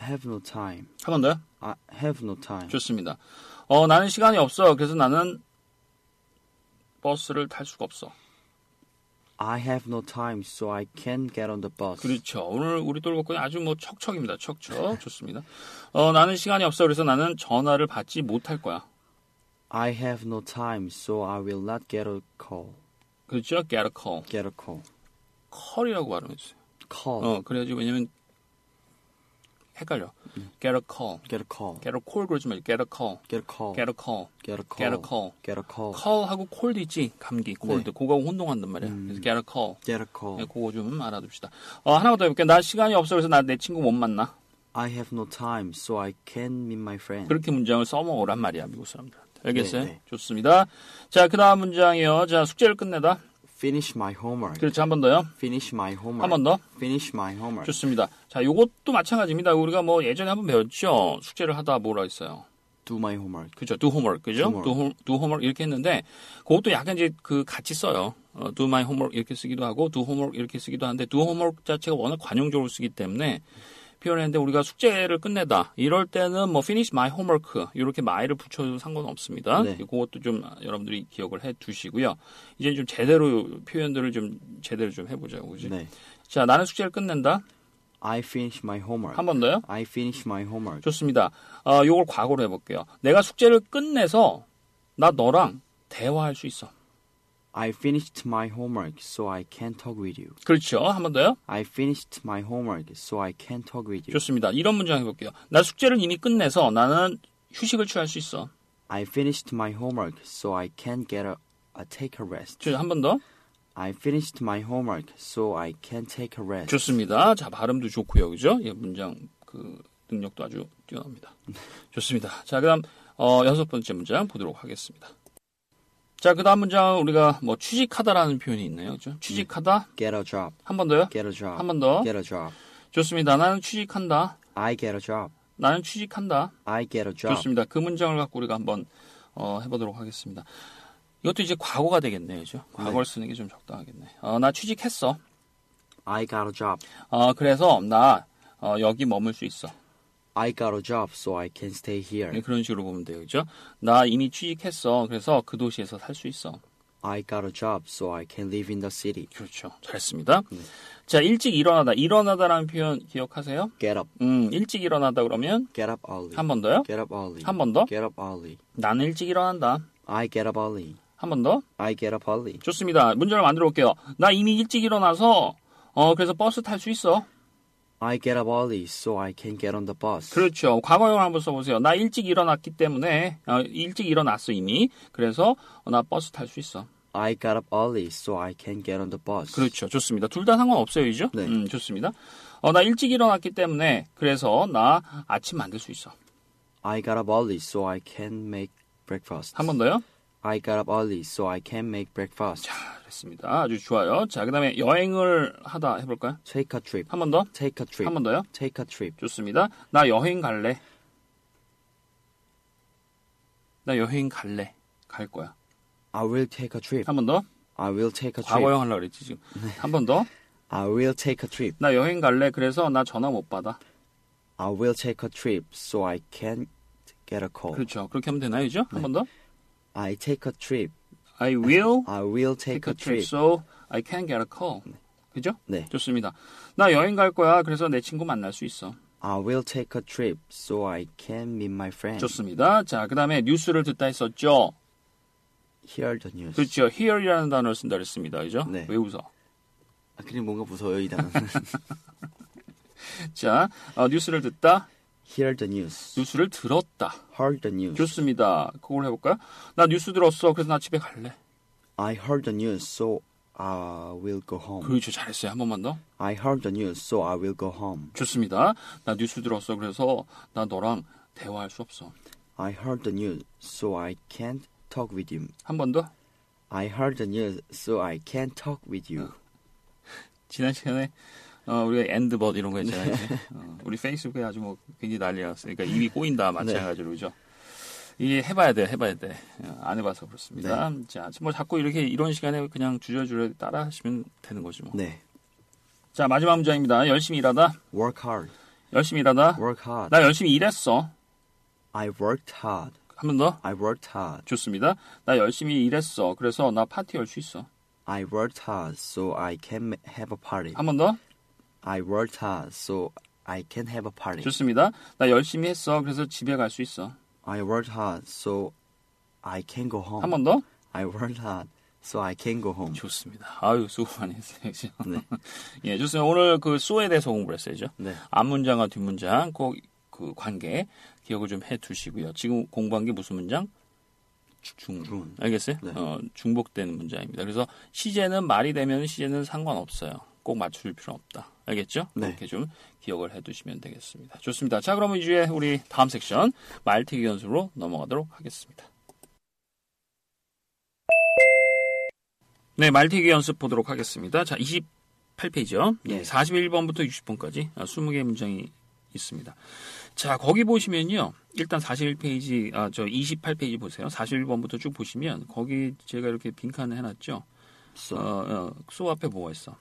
Speaker 3: Have no time.
Speaker 2: 한 번 더요?
Speaker 3: I have no time.
Speaker 2: 좋습니다. 어, 나는 시간이 없어. 그래서 나는 버스를 탈 수가 없어.
Speaker 3: I have no time, so I can't get on the bus.
Speaker 2: 그렇죠. 오늘 우리 돌고이 아주 뭐 척척입니다. 척척. 좋습니다. 어, 나는 시간이 없어. 그래서 나는 전화를 받지 못할 거야.
Speaker 3: I have no time, so I will not get a call.
Speaker 2: 그렇죠. get a call.
Speaker 3: Get a call.
Speaker 2: call이라고 발음했어요.
Speaker 3: Call.
Speaker 2: 어, 그래야지 왜냐면 헷갈려. get a call.
Speaker 3: Get a call.
Speaker 2: get a call 그러지 말고 get a call.
Speaker 3: Get a call.
Speaker 2: get a call.
Speaker 3: Get a call.
Speaker 2: get a call.
Speaker 3: Get a call.
Speaker 2: call하고 cold 있지. 감기 cold. 그거하고 혼동한단 말이야. 그래서 get a call.
Speaker 3: Get a call.
Speaker 2: 네, 그거 좀 알아둡시다. 어, 하나만 더 해볼게. 나 시간이 없어. 그래서 나 내 친구 못 만나.
Speaker 3: I have no time, so I can meet my friend.
Speaker 2: 그렇게 문장을 써먹으란 말이야. 미국 사람들한테. 알겠어요?
Speaker 3: 네, 네.
Speaker 2: 좋습니다. 자, 그 다음 문장이요. 자, 숙제를 끝내다.
Speaker 3: Finish my homework.
Speaker 2: 그렇죠. 한 번 더요.
Speaker 3: Finish my homework.
Speaker 2: 한 번 더.
Speaker 3: Finish my homework.
Speaker 2: 좋습니다. 자, 요것도 마찬가지입니다. 우리가 뭐 예전에 한번 배웠죠. 숙제를 하다 뭐라 했어요.
Speaker 3: Do my homework.
Speaker 2: 그죠? do homework. 그죠?
Speaker 3: homework.
Speaker 2: do, home, do homework 이렇게 했는데 그것도 약간 이제 그 같이 써요. 어, do my homework 이렇게 쓰기도 하고 do homework 이렇게 쓰기도 하는데 do homework 자체가 워낙 관용적으로 쓰기 때문에 표현했는데 우리가 숙제를 끝내다 이럴 때는 뭐 finish my homework 이렇게 my를 붙여도 상관없습니다. 예,
Speaker 3: 네.
Speaker 2: 그것도 좀 여러분들이 기억을 해 두시고요. 이제 좀 제대로 표현들을 좀 제대로 좀 해보자고 그지?
Speaker 3: 네.
Speaker 2: 자 나는 숙제를 끝낸다.
Speaker 3: I finish my homework.
Speaker 2: 한 번 더요.
Speaker 3: I finish my homework.
Speaker 2: 좋습니다. 어, 요걸 과거로 해볼게요. 내가 숙제를 끝내서 나 너랑 대화할 수 있어.
Speaker 3: I finished my homework, so I can talk with you.
Speaker 2: 그렇죠. 한 번 더요.
Speaker 3: I finished my homework, so I can talk with you.
Speaker 2: 좋습니다. 이런 문장 해볼게요. 나 숙제를 이미 끝내서 나는 휴식을 취할 수 있어.
Speaker 3: I finished my homework, so I can get a, a take a rest.
Speaker 2: 한 번 더.
Speaker 3: I finished my homework, so I can take a rest.
Speaker 2: 좋습니다. 자, 발음도 좋고요. 그죠? 예, 문장 그 능력도 아주 뛰어납니다. 좋습니다. 자, 그다음 어, 여섯 번째 문장 보도록 하겠습니다. 자, 그다음 문장 우리가 뭐 취직하다라는 표현이 있네요. 그죠? 취직하다.
Speaker 3: Get a job.
Speaker 2: 한 번 더요.
Speaker 3: Get a job.
Speaker 2: 한 번 더.
Speaker 3: Get a job.
Speaker 2: 좋습니다. 나는 취직한다.
Speaker 3: I get a job.
Speaker 2: 나는 취직한다.
Speaker 3: I get a job.
Speaker 2: 좋습니다. 그 문장을 갖고 우리가 한번 어, 해보도록 하겠습니다. 이것도 이제 과거가 되겠네요, 그죠? 과거를 쓰는 게 좀 적당하겠네. 어, 나 취직했어.
Speaker 3: I got a job.
Speaker 2: 어, 그래서 나 어, 여기 머물 수 있어.
Speaker 3: I got a job, so I can stay here.
Speaker 2: 네, 그런 식으로 보면 돼요, 그죠? 나 이미 취직했어. 그래서 그 도시에서 살 수 있어.
Speaker 3: I got a job, so I can live in the city.
Speaker 2: 그렇죠. 잘했습니다. 자, 일찍 일어나다. 일어나다라는 표현 기억하세요?
Speaker 3: Get up.
Speaker 2: 음, 일찍 일어나다 그러면
Speaker 3: Get up early.
Speaker 2: 한 번 더요.
Speaker 3: Get up early.
Speaker 2: 한 번 더.
Speaker 3: Get up early.
Speaker 2: 나는 일찍 일어난다.
Speaker 3: I get up early.
Speaker 2: 한 번 더.
Speaker 3: I get up early.
Speaker 2: 좋습니다. 문장을 만들어 볼게요. 나 이미 일찍 일어나서 어, 그래서 버스 탈 수 있어.
Speaker 3: I get up early so I can get on the bus.
Speaker 2: 그렇죠. 과거형 한번 써보세요. 나 일찍 일어났기 때문에 어, 일찍 일어났어 이미. 그래서 어, 나 버스 탈 수 있어.
Speaker 3: I got up early so I can get on the bus.
Speaker 2: 그렇죠. 좋습니다. 둘 다 상관없어요, 이죠?
Speaker 3: 네.
Speaker 2: 음, 좋습니다. 어, 나 일찍 일어났기 때문에 그래서 나 아침 만들 수 있어.
Speaker 3: I got up early so I can make breakfast.
Speaker 2: 한 번 더요.
Speaker 3: I got up early so I can make breakfast.
Speaker 2: 아, 됐습니다. 아주 좋아요. 자, 그다음에 여행을 하다 해볼까요?
Speaker 3: Take a trip.
Speaker 2: 한 번 더.
Speaker 3: Take a trip.
Speaker 2: 한 번 더요.
Speaker 3: Take a trip.
Speaker 2: 좋습니다. 나 여행 갈래. 나 여행 갈래. 갈 거야.
Speaker 3: I will take a trip.
Speaker 2: 한 번 더.
Speaker 3: I will take a trip.
Speaker 2: 과거형 하려고 그랬지 지금. 한 번 더.
Speaker 3: I will take a trip.
Speaker 2: 나 여행 갈래. 그래서 나 전화 못 받아.
Speaker 3: I will take a trip so I can't get a call.
Speaker 2: 그렇죠. 그렇게 하면 되나요, 이죠? 한 번 더.
Speaker 3: I take a trip.
Speaker 2: I will
Speaker 3: I will take,
Speaker 2: take a trip,
Speaker 3: trip.
Speaker 2: so I can get a call. 그죠?
Speaker 3: 네.
Speaker 2: 좋습니다. 나 여행 갈 거야. 그래서 내 친구 만날 수 있어.
Speaker 3: I will take a trip so I can meet my
Speaker 2: 네.
Speaker 3: friends.
Speaker 2: 좋습니다. 자, 그 다음에 뉴스를 듣다 했었죠.
Speaker 3: Hear the news.
Speaker 2: 그렇죠. hear이라는 단어를 쓴다 그랬습니다. 그죠?
Speaker 3: 네.
Speaker 2: 왜 웃어?
Speaker 3: 아, 그냥 뭔가 무서워요, 이 단어는.
Speaker 2: 자, 어, 뉴스를 듣다,
Speaker 3: Hear the news.
Speaker 2: 뉴스를 들었다.
Speaker 3: Heard the news.
Speaker 2: 좋습니다. 그걸 해볼까요? 나 뉴스 들었어. 그래서 나 집에 갈래.
Speaker 3: I heard the news so I will go home.
Speaker 2: 그렇죠. 잘했어요. 한 번만 더.
Speaker 3: I heard the news so I will go home.
Speaker 2: 좋습니다. 나 뉴스 들었어. 그래서 나 너랑 대화할 수 없어.
Speaker 3: I heard the news so I can't talk with you.
Speaker 2: 한 번 더.
Speaker 3: I heard the news so I can't talk with
Speaker 2: Oh.
Speaker 3: you.
Speaker 2: 지난 시간에 어, 우리가 엔드벗 이런 거 했잖아요. 이제. 어, 우리 페이스북에 아주 뭐 굉장히 난리 났어요. 그러니까 입이 꼬인다 마찬가지로 그죠. 이게 해봐야 돼, 해봐야 돼. 어, 안 해봐서 그렇습니다. 자, 뭐 자꾸 이렇게 이런 시간에 그냥 주저주저 따라 하시면 되는 거지 뭐.
Speaker 3: 네.
Speaker 2: 자, 마지막 문장입니다. 열심히 일하다.
Speaker 3: Work hard.
Speaker 2: 열심히 일하다.
Speaker 3: Work hard.
Speaker 2: 나 열심히 일했어.
Speaker 3: I worked hard.
Speaker 2: 한 번 더.
Speaker 3: I worked hard.
Speaker 2: 좋습니다. 나 열심히 일했어. 그래서 나 파티 열 수 있어.
Speaker 3: I worked hard so I can have a party.
Speaker 2: 한 번 더.
Speaker 3: I worked hard so I can have a party.
Speaker 2: 좋습니다. 나 열심히 했어. 그래서 집에 갈 수 있어.
Speaker 3: I worked hard so I can go home.
Speaker 2: 한 번 더.
Speaker 3: I worked hard so I can go home.
Speaker 2: 좋습니다. 아유, 수고 많이 했어요. 그죠?
Speaker 3: 음. 네.
Speaker 2: 예, 좋습니다. 오늘 그 수에 대해서 공부를 했어요. 그죠?
Speaker 3: 네.
Speaker 2: 앞문장과 뒷문장 꼭 그 관계 기억을 좀 해 두시고요. 지금 공부한 게 무슨 문장? 중.
Speaker 3: 중.
Speaker 2: 알겠어요?
Speaker 3: 네.
Speaker 2: 어, 중복되는 문장입니다. 그래서 시제는 말이 되면 시제는 상관없어요. 꼭 맞출 필요 없다. 알겠죠?
Speaker 3: 네.
Speaker 2: 이렇게 좀 기억을 해 두시면 되겠습니다. 좋습니다. 자, 그러면 이제 우리 다음 섹션 말티기 연습으로 넘어가도록 하겠습니다. 네, 말티기 연습 보도록 하겠습니다. 자, 28페이지요.
Speaker 3: 네.
Speaker 2: 41번부터 60번까지 20개 문장이 있습니다. 자, 거기 보시면요. 일단 41페이지, 아, 저 28페이지 보세요. 41번부터 쭉 보시면 거기 제가 이렇게 빈칸을 해놨죠. 어,
Speaker 3: So,
Speaker 2: 어, 소 앞에 뭐가 있어?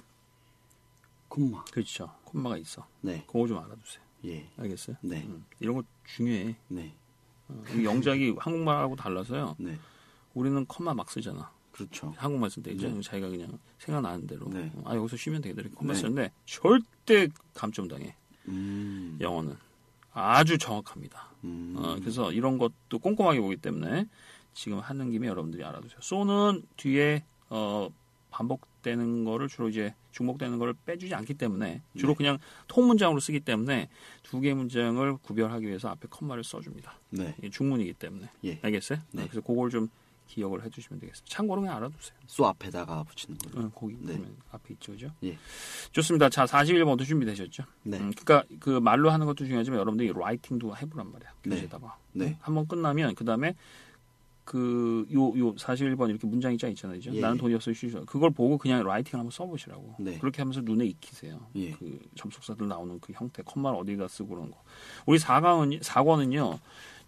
Speaker 3: 콤마.
Speaker 2: 그렇죠. 콤마가 있어.
Speaker 3: 네.
Speaker 2: 그거 좀 알아두세요.
Speaker 3: 예.
Speaker 2: 알겠어요?
Speaker 3: 네.
Speaker 2: 음, 이런 거 중요해.
Speaker 3: 네.
Speaker 2: 어, 이 영작이 한국말하고 달라서요.
Speaker 3: 네.
Speaker 2: 우리는 컴마 막 쓰잖아.
Speaker 3: 그렇죠.
Speaker 2: 한국말 쓸 때 있죠. 자기가 그냥 생각나는 대로.
Speaker 3: 네.
Speaker 2: 아, 여기서 쉬면 되겠다. 이렇게 컴마
Speaker 3: 네.
Speaker 2: 쓰는데 절대 감점당해.
Speaker 3: 음.
Speaker 2: 영어는. 아주 정확합니다.
Speaker 3: 음.
Speaker 2: 어, 그래서 이런 것도 꼼꼼하게 보기 때문에 지금 하는 김에 여러분들이 알아두세요. 쏘는 뒤에 어, 반복되는 거를 주로 이제 중복되는 거를 빼주지 않기 때문에
Speaker 3: 네.
Speaker 2: 주로 그냥 통문장으로 쓰기 때문에 두 개의 문장을 구별하기 위해서 앞에 컴마를 써줍니다.
Speaker 3: 네.
Speaker 2: 이게 중문이기 때문에
Speaker 3: 예.
Speaker 2: 알겠어요?
Speaker 3: 네.
Speaker 2: 그래서 그걸 좀 기억을 해주시면 되겠습니다. 참고로 그냥 알아두세요.
Speaker 3: 소 앞에다가 붙이는 거죠.
Speaker 2: 응, 거기
Speaker 3: 네.
Speaker 2: 보면 앞에 있죠, 그죠?
Speaker 3: 예.
Speaker 2: 좋습니다. 자, 41번도 준비되셨죠?
Speaker 3: 네.
Speaker 2: 음, 그러니까 그 말로 하는 것도 중요하지만 여러분들이 라이팅도 해보란 말이야. 교재에다가.
Speaker 3: 네.
Speaker 2: 한번 끝나면 그 다음에 그, 요, 요, 41번 이렇게 문장이 짜 있잖아요. 그죠?
Speaker 3: 예.
Speaker 2: 나는 돈이 없어 쉬죠. 그걸 보고 그냥 라이팅 한번 써보시라고.
Speaker 3: 네.
Speaker 2: 그렇게 하면서 눈에 익히세요.
Speaker 3: 예.
Speaker 2: 그 접속사들 나오는 그 형태, 컴마를 어디다 쓰고 그런 거. 우리 4강은, 4권은요,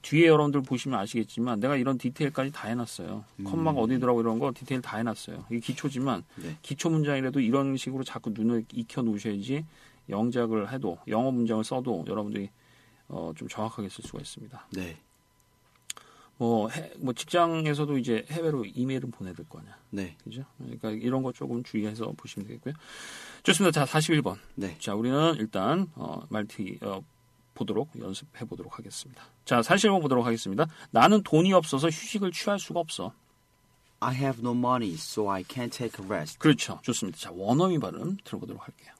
Speaker 2: 뒤에 여러분들 보시면 아시겠지만 내가 이런 디테일까지 다 해놨어요. 컴마가 어디더라고 이런 거 디테일 다 해놨어요. 이게 기초지만
Speaker 3: 네.
Speaker 2: 기초 문장이라도 이런 식으로 자꾸 눈을 익혀 놓으셔야지 영작을 해도 영어 문장을 써도 여러분들이 어, 좀 정확하게 쓸 수가 있습니다.
Speaker 3: 네.
Speaker 2: 뭐, 해- 뭐 직장에서도 이제 해외로 이메일은 보내들 거 아니야.
Speaker 3: 네.
Speaker 2: 그죠? 그러니까 이런 거 조금 주의해서 보시면 되겠고요. 좋습니다. 자, 41번.
Speaker 3: 네.
Speaker 2: 자, 우리는 일단 어, 말티 어, 보도록 연습해 보도록 하겠습니다. 자, 41번 보도록 하겠습니다. 나는 돈이 없어서 휴식을 취할 수가 없어.
Speaker 3: I have no money so I can't take a rest.
Speaker 2: 그렇죠. 좋습니다. 자, 원어민 발음 들어보도록 할게요.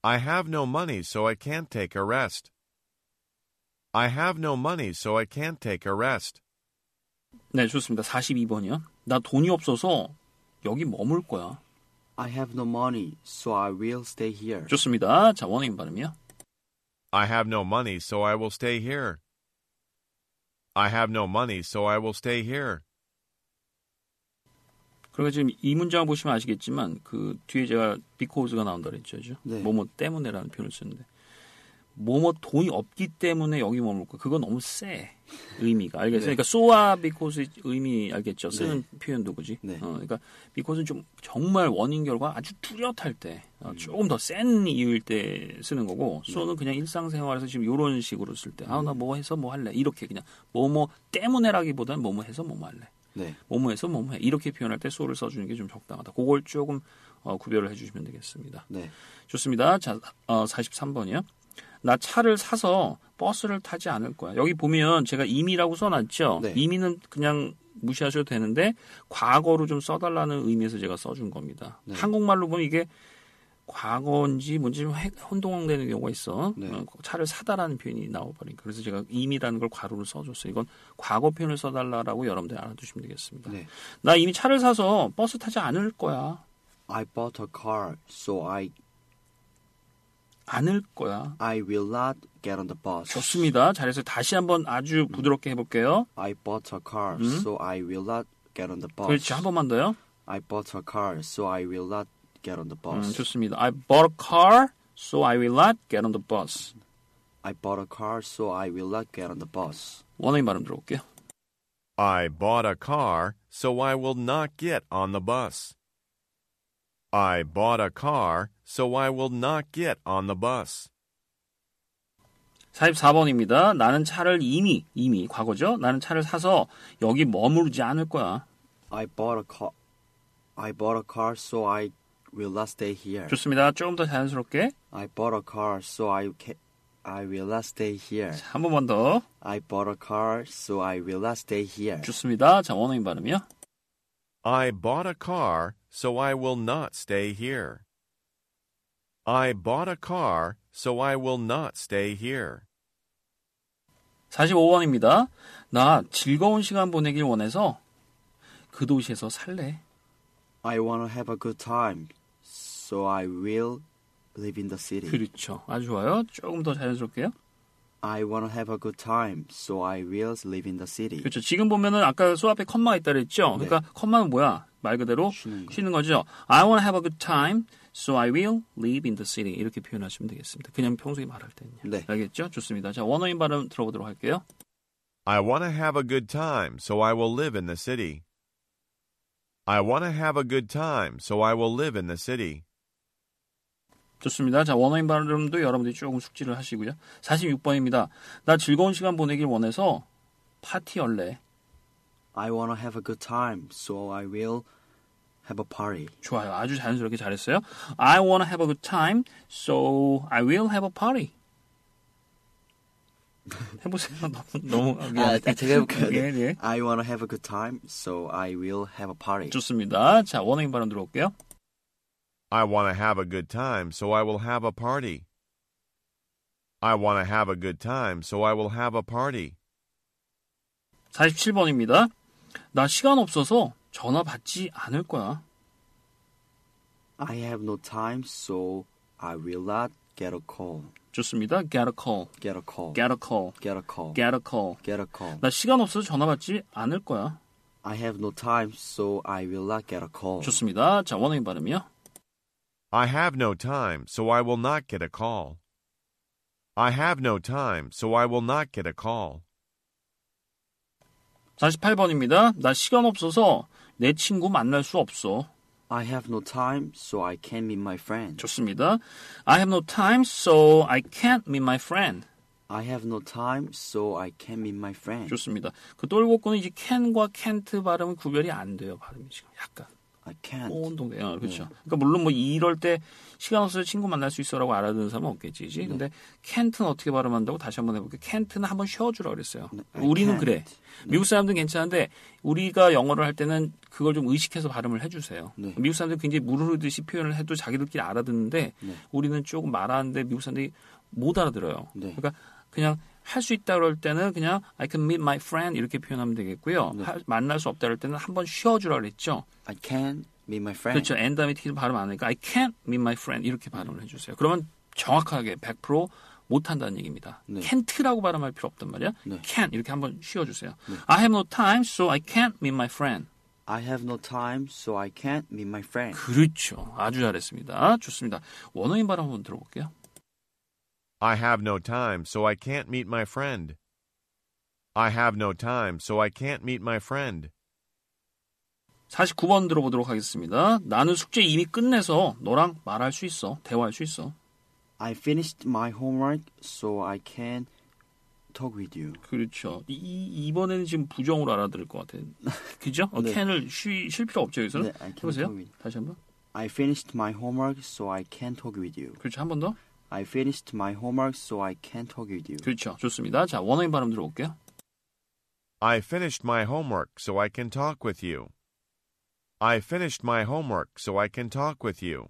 Speaker 4: I have no money, so I can't take a rest. I have no money, so I can't take a rest.
Speaker 2: 네, 좋습니다. 42번이요. 나 돈이 없어서 여기 머물 거야.
Speaker 3: I have no money, so I will stay here.
Speaker 2: 좋습니다. 자, 원어민 발음이요.
Speaker 4: I have no money, so I will stay here. I have no money, so I will stay here.
Speaker 2: 그러니까 지금 이 문장을 보시면 아시겠지만 그 뒤에 제가 because가 나온다 그랬죠. 그죠?
Speaker 3: 네.
Speaker 2: 뭐뭐 때문에라는 표현을 쓰는데 뭐뭐 돈이 없기 때문에 여기 머물 거. 그건 너무 세. 의미가 알겠어요.
Speaker 3: 네.
Speaker 2: 그러니까 so와 because의 의미 알겠죠. 쓰는 표현도 그지.
Speaker 3: 네.
Speaker 2: 어, 그러니까 because는 좀 정말 원인 결과 아주 뚜렷할 때 어,
Speaker 3: 음.
Speaker 2: 조금 더 센 이유일 때 쓰는 거고
Speaker 3: 네.
Speaker 2: so는 그냥 일상생활에서 지금 이런 식으로 쓸 때 아
Speaker 3: 음.
Speaker 2: 나 뭐 해서 뭐 할래 이렇게 그냥 뭐뭐 때문에라기보다는 뭐뭐 해서 뭐뭐 할래.
Speaker 3: 네.
Speaker 2: 뭐뭐에서 뭐뭐해 이렇게 표현할 때 소를 써주는 게 좀 적당하다. 그걸 조금 어, 구별을 해주시면 되겠습니다.
Speaker 3: 네.
Speaker 2: 좋습니다. 자, 어, 43번이요. 나 차를 사서 버스를 타지 않을 거야. 여기 보면 제가 이미라고 써놨죠.
Speaker 3: 네.
Speaker 2: 이미는 그냥 무시하셔도 되는데 과거로 좀 써달라는 의미에서 제가 써준 겁니다.
Speaker 3: 네.
Speaker 2: 한국말로 보면 이게 과거인지 뭔지 좀 헷- 혼동되는 경우가 있어.
Speaker 3: 네.
Speaker 2: 어, 차를 사다라는 표현이 나와버리니까. 그래서 제가 이미라는 걸 괄호로 써줬어요. 이건 과거 표현을 써달라고 여러분들 알아두시면 되겠습니다.
Speaker 3: 네.
Speaker 2: 나 이미 차를 사서 버스 타지 않을 거야.
Speaker 3: I bought a car, so I
Speaker 2: 않을 거야.
Speaker 3: I will not get on the bus.
Speaker 2: 좋습니다. 잘해서 다시 한번 아주 부드럽게 해볼게요.
Speaker 3: I bought a car, so I will not get on the bus.
Speaker 2: 그렇지. 한 번만 더요.
Speaker 3: I bought a car, so I will not get on the
Speaker 2: 음,
Speaker 3: bus.
Speaker 2: 좋습니다. I bought a car, so I will not get on the bus.
Speaker 3: I bought a car, so I will not get on the bus.
Speaker 2: 원어민 발음 들어볼게요.
Speaker 4: I bought a car, so I will not get on the bus. I bought a car, so I will not get on the bus.
Speaker 2: 44번입니다. 나는 차를 이미, 이미, 과거죠? 나는 차를 사서 여기 머무르지 않을 거야.
Speaker 3: I bought a car. I bought a car, so I will not stay here.
Speaker 2: 좋습니다. 조금 더 자연스럽게.
Speaker 3: I bought a car, so I ca- I will not stay here.
Speaker 2: 자, 한 번만 더.
Speaker 3: I bought a car, so I will not stay here.
Speaker 2: 좋습니다. 자, 원어민 발음이요.
Speaker 4: I bought a car, so I will not stay here. I bought a car, so I will not stay here.
Speaker 2: 45번입니다. 나 즐거운 시간 보내길 원해서 그 도시에서 살래.
Speaker 3: I want to have a good time, so I will live in the city.
Speaker 2: 그렇죠. 아주 좋아요. 조금 더 자연스럽게요.
Speaker 3: I want to have a good time, so I will live in the city.
Speaker 2: 그렇죠. 지금 보면은 아까 소 앞에 컴마 있다 그랬죠.
Speaker 3: 예. 네.
Speaker 2: 그러니까 컴마는 뭐야? 말 그대로
Speaker 3: 쉬는 거.
Speaker 2: 쉬는 거죠. I want to have a good time, so I will live in the city. 이렇게 표현하시면 되겠습니다. 그냥 평소에 말할 때는요.
Speaker 3: 네.
Speaker 2: 알겠죠? 좋습니다. 자, 원어인 발음 들어보도록 할게요.
Speaker 4: I want to have a good time, so I will live in the city. I want to have a good time, so I will live in the city.
Speaker 2: 좋습니다. 자, 원어인 발음도 여러분들이 조금 숙지를 하시고요. 46번입니다. 나 즐거운 시간 보내길 원해서 파티 열래.
Speaker 3: I want to have a good time, so I will have a party.
Speaker 2: 좋아요. 아주 자연스럽게 잘했어요. I wanna have a good time, so I will have a party. 해보세요. 너무 너무
Speaker 3: 아, 제가 해볼게요.
Speaker 2: 예,
Speaker 3: 네.
Speaker 2: 예.
Speaker 3: I want to have a good time, so I will have a party.
Speaker 2: 좋습니다. 자, 원어민 발음 들어올게요.
Speaker 4: I want to have a good time, so I will have a party. I want to have a good time, so I will have a party.
Speaker 2: 47번입니다. 나 시간 없어서 전화 받지 않을 거야.
Speaker 3: I have no time, so I will not get a call.
Speaker 2: 좋습니다. Get a call.
Speaker 3: Get a call.
Speaker 2: Get a call.
Speaker 3: Get a call.
Speaker 2: Get a call.
Speaker 3: Get a call.
Speaker 2: 나 시간 없어서 전화 받지 않을 거야.
Speaker 3: I have no time, so I will not get a call.
Speaker 2: 좋습니다. 자, 원어민 발음이요.
Speaker 4: I have no time, so I will not get a call. I have no time, so I will not get a call.
Speaker 2: 48번입니다. 나 시간 없어서 내 친구 만날 수 없어.
Speaker 3: I have no time, so I can't meet my friend.
Speaker 2: 좋습니다. I have no time, so I can't meet my friend.
Speaker 3: I have no time, so I can't meet my friend.
Speaker 2: 좋습니다. 그 똘복구는 이제 can과 can't 발음은 구별이 안 돼요. 발음이 지금 약간.
Speaker 3: I can't.
Speaker 2: 어, 운동회. 어, 그렇죠. 그러니까 물론 뭐 이럴 때 시간 없어서 친구 만날 수 있어라고 알아듣는 사람은 없겠지. 그치? 근데 캔트는 어떻게 발음한다고 다시 한번 해볼게요. 캔트는 한번 쉬어주라 그랬어요.
Speaker 3: I
Speaker 2: 우리는
Speaker 3: can't.
Speaker 2: 그래. 미국 사람들은 괜찮은데 우리가 영어를 할 때는 그걸 좀 의식해서 발음을 해주세요.
Speaker 3: 네.
Speaker 2: 미국 사람들은 굉장히 무르르듯이 표현을 해도 자기들끼리 알아듣는데 우리는 조금 말하는데 미국 사람들이 못 알아들어요.
Speaker 3: 네.
Speaker 2: 그러니까 그냥 할 수 있다 그럴 때는 그냥 I can meet my friend 이렇게 표현하면 되겠고요. 하- 만날 수 없다 그럴 때는 한번 쉬어주라 그랬죠.
Speaker 3: I can't meet my friend.
Speaker 2: 그렇죠. and 다음에 t 발음 안 하니까 I can't meet my friend 이렇게 발음을 해주세요. 그러면 정확하게 100% 못한다는 얘기입니다.
Speaker 3: 네.
Speaker 2: can't라고 발음할 필요 없단 말이야.
Speaker 3: 네.
Speaker 2: can 이렇게 한번 쉬어주세요. I have no time, so I can't meet my friend.
Speaker 3: I have no time, so I can't meet my friend.
Speaker 2: 그렇죠. 아주 잘했습니다. 좋습니다. 원어민 발음 한번 들어볼게요.
Speaker 4: I have no time, so I can't meet my friend. I have no time, so I can't meet my friend.
Speaker 2: 49번 들어보도록 하겠습니다. 나는 숙제 이미 끝내서 너랑 말할 수 있어. 대화할 수 있어.
Speaker 3: I finished my homework, so I can talk with you.
Speaker 2: 그렇죠. 이- 이, 이번에는 지금 부정으로 알아들을 것 같아요. 그죠? 어,
Speaker 3: 네.
Speaker 2: can을 쉬, 쉴 필요 없죠, 여기서는?
Speaker 3: 네, I can't
Speaker 2: 해보세요.
Speaker 3: do it.
Speaker 2: 다시 한 번.
Speaker 3: I finished my homework, so I can talk with you.
Speaker 2: 그렇죠. 한 번 더.
Speaker 3: I finished my homework, so I can talk with you.
Speaker 2: 그렇죠. 좋습니다. 자, 원어민 발음 들어볼게요.
Speaker 4: I finished my homework, so I can talk with you. I finished my homework, so I can talk with you.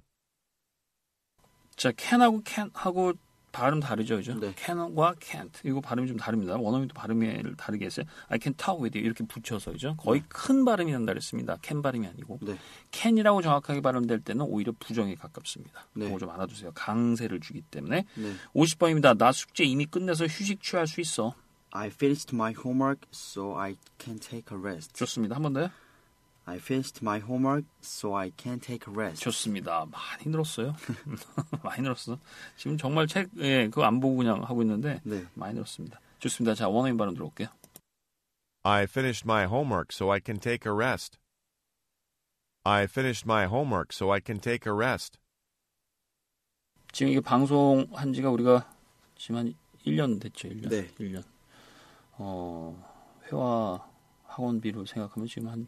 Speaker 2: 자, can하고 can하고 발음 다르죠, 그죠?
Speaker 3: 네.
Speaker 2: can과 can't. 이거 발음이 좀 다릅니다. 원어민도 발음이 다르게 했어요. I can talk with you. 이렇게 붙여서, 그죠? 거의 큰 발음이 난다 그랬습니다. can 발음이 아니고.
Speaker 3: 네.
Speaker 2: can이라고 정확하게 발음될 때는 오히려 부정에 가깝습니다.
Speaker 3: 네.
Speaker 2: 그거 좀 알아두세요. 강세를 주기 때문에.
Speaker 3: 네.
Speaker 2: 50번입니다. 나 숙제 이미 끝내서 휴식 취할 수 있어.
Speaker 3: I finished my homework, so I can take a rest.
Speaker 2: 좋습니다. 한 번 더요.
Speaker 3: I finished my homework, so I can take a rest.
Speaker 2: 좋습니다. 많이 늘었어요. 많이 늘었어. 지금 정말 책, 예, 그거 안 보고 그냥 하고 있는데
Speaker 3: 네.
Speaker 2: 많이 늘었습니다. 좋습니다. 자, 원어민 발음 들어올게요.
Speaker 4: I finished my homework, so I can take a rest. I finished my homework, so I can take a rest.
Speaker 2: 지금 이게 방송한 지가 우리가 지금 한 1년 됐죠, 1년.
Speaker 3: 네.
Speaker 2: 1년. 어, 회화 학원비로 생각하면 지금 한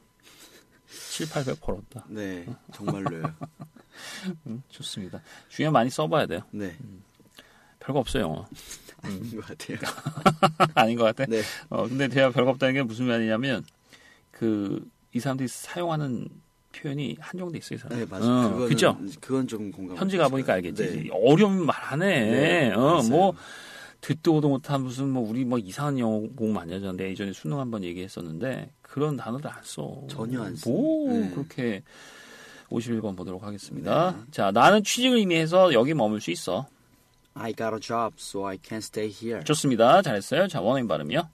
Speaker 2: 7, 800 벌었다.
Speaker 3: 네, 정말로요.
Speaker 2: 음, 좋습니다. 중요한 많이 써봐야 돼요.
Speaker 3: 네,
Speaker 2: 별거 없어요, 영어.
Speaker 3: 아닌 것 같아요.
Speaker 2: 아닌 것 같아.
Speaker 3: 네,
Speaker 2: 어, 근데 대화 별거 없다는 게 무슨 말이냐면 그 이 사람들이 사용하는 표현이 한정돼 있어요, 이 사람.
Speaker 3: 네 맞아요.
Speaker 2: 어,
Speaker 3: 그거는-
Speaker 2: 그죠?
Speaker 3: 그건 좀 공감.
Speaker 2: 현지 가보니까 알겠지.
Speaker 3: 네,
Speaker 2: 어려운 말하네.
Speaker 3: 네,
Speaker 2: 어, 뭐
Speaker 3: 맞아요.
Speaker 2: 듣도 보도 못한 무슨 뭐 우리 뭐 이상한 영어 공부 많이 하잖아요. 예전에 수능 한번 얘기했었는데 그런 단어를 안 써.
Speaker 3: 전혀 안 써.
Speaker 2: 뭐
Speaker 3: 네.
Speaker 2: 그렇게 51번 보도록 하겠습니다. 자, 나는 취직을 의미해서 여기 머물 수 있어.
Speaker 3: I got a job, so I can stay here.
Speaker 2: 좋습니다. 잘했어요. 자, 원어민 발음이요.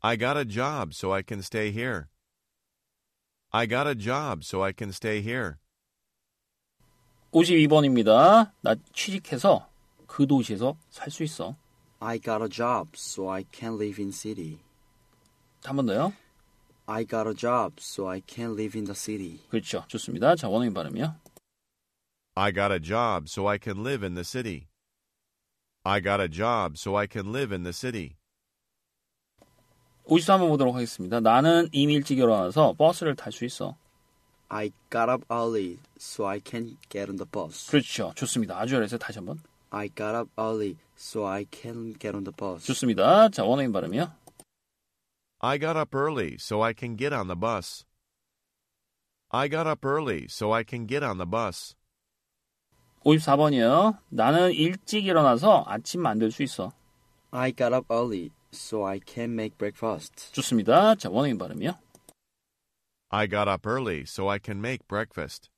Speaker 4: I got a job, so I can stay here. I got a job, so I can stay here.
Speaker 2: 52번입니다. 나 취직해서 그 도시에서 살 수 있어.
Speaker 3: I got a job, so I can live in city.
Speaker 2: 한 번 더요.
Speaker 3: I got a job, so I can live in the city.
Speaker 2: 그렇죠. 좋습니다. 자, 원어민 발음이요.
Speaker 4: I got a job, so I can live in the city. I got a job, so I can live in the city.
Speaker 2: 53번 보도록 하겠습니다. 나는 이미 일찍 일어나서 버스를 탈 수 있어.
Speaker 3: I got up early, so I can get on the bus.
Speaker 2: 그렇죠. 좋습니다. 아주 잘했어요. 다시 한번.
Speaker 3: I got up early, so I can get on the bus.
Speaker 2: 좋습니다. 자, 원어민 발음이요.
Speaker 4: I got up early, so I can get on the bus. I got up early, so I can get on the bus.
Speaker 2: 54번이요. 나는 일찍 일어나서 아침 만들 수 있어.
Speaker 3: I got up early, so I can make breakfast.
Speaker 2: 좋습니다. 자, 원어민 발음이요.
Speaker 4: I got up early, so I can make breakfast.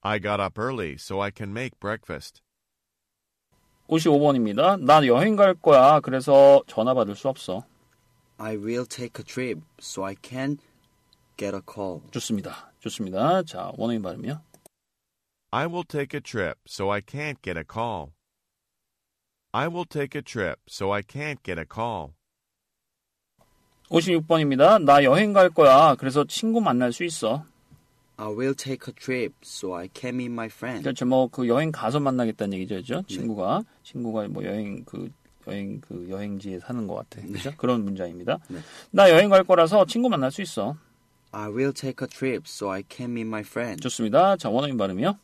Speaker 4: I got up early, so I can make breakfast.
Speaker 2: 55번입니다. 나 여행 갈 거야. 그래서 전화 받을 수 없어.
Speaker 3: I will take a trip, so I can get a call.
Speaker 2: 좋습니다. 좋습니다. 자, 원어민 발음이요.
Speaker 4: I will take a trip, so I can't get a call. I will take a trip, so I can't get a call.
Speaker 2: 56번입니다. 나 여행 갈 거야. 그래서 친구 만날 수 있어.
Speaker 3: I will take a trip, so I can meet my friend.
Speaker 2: 그렇죠. 뭐 그 여행 가서 만나겠다는 얘기죠, 그죠? 친구가 친구가 뭐 여행 그 여행 그 여행지에 사는 것 같아. 그죠? 그런 문장입니다. 나 여행 갈 거라서 친구 만날 수 있어.
Speaker 3: I will take a trip so I can meet my friend.
Speaker 2: 좋습니다. 자, 원어민 발음이요.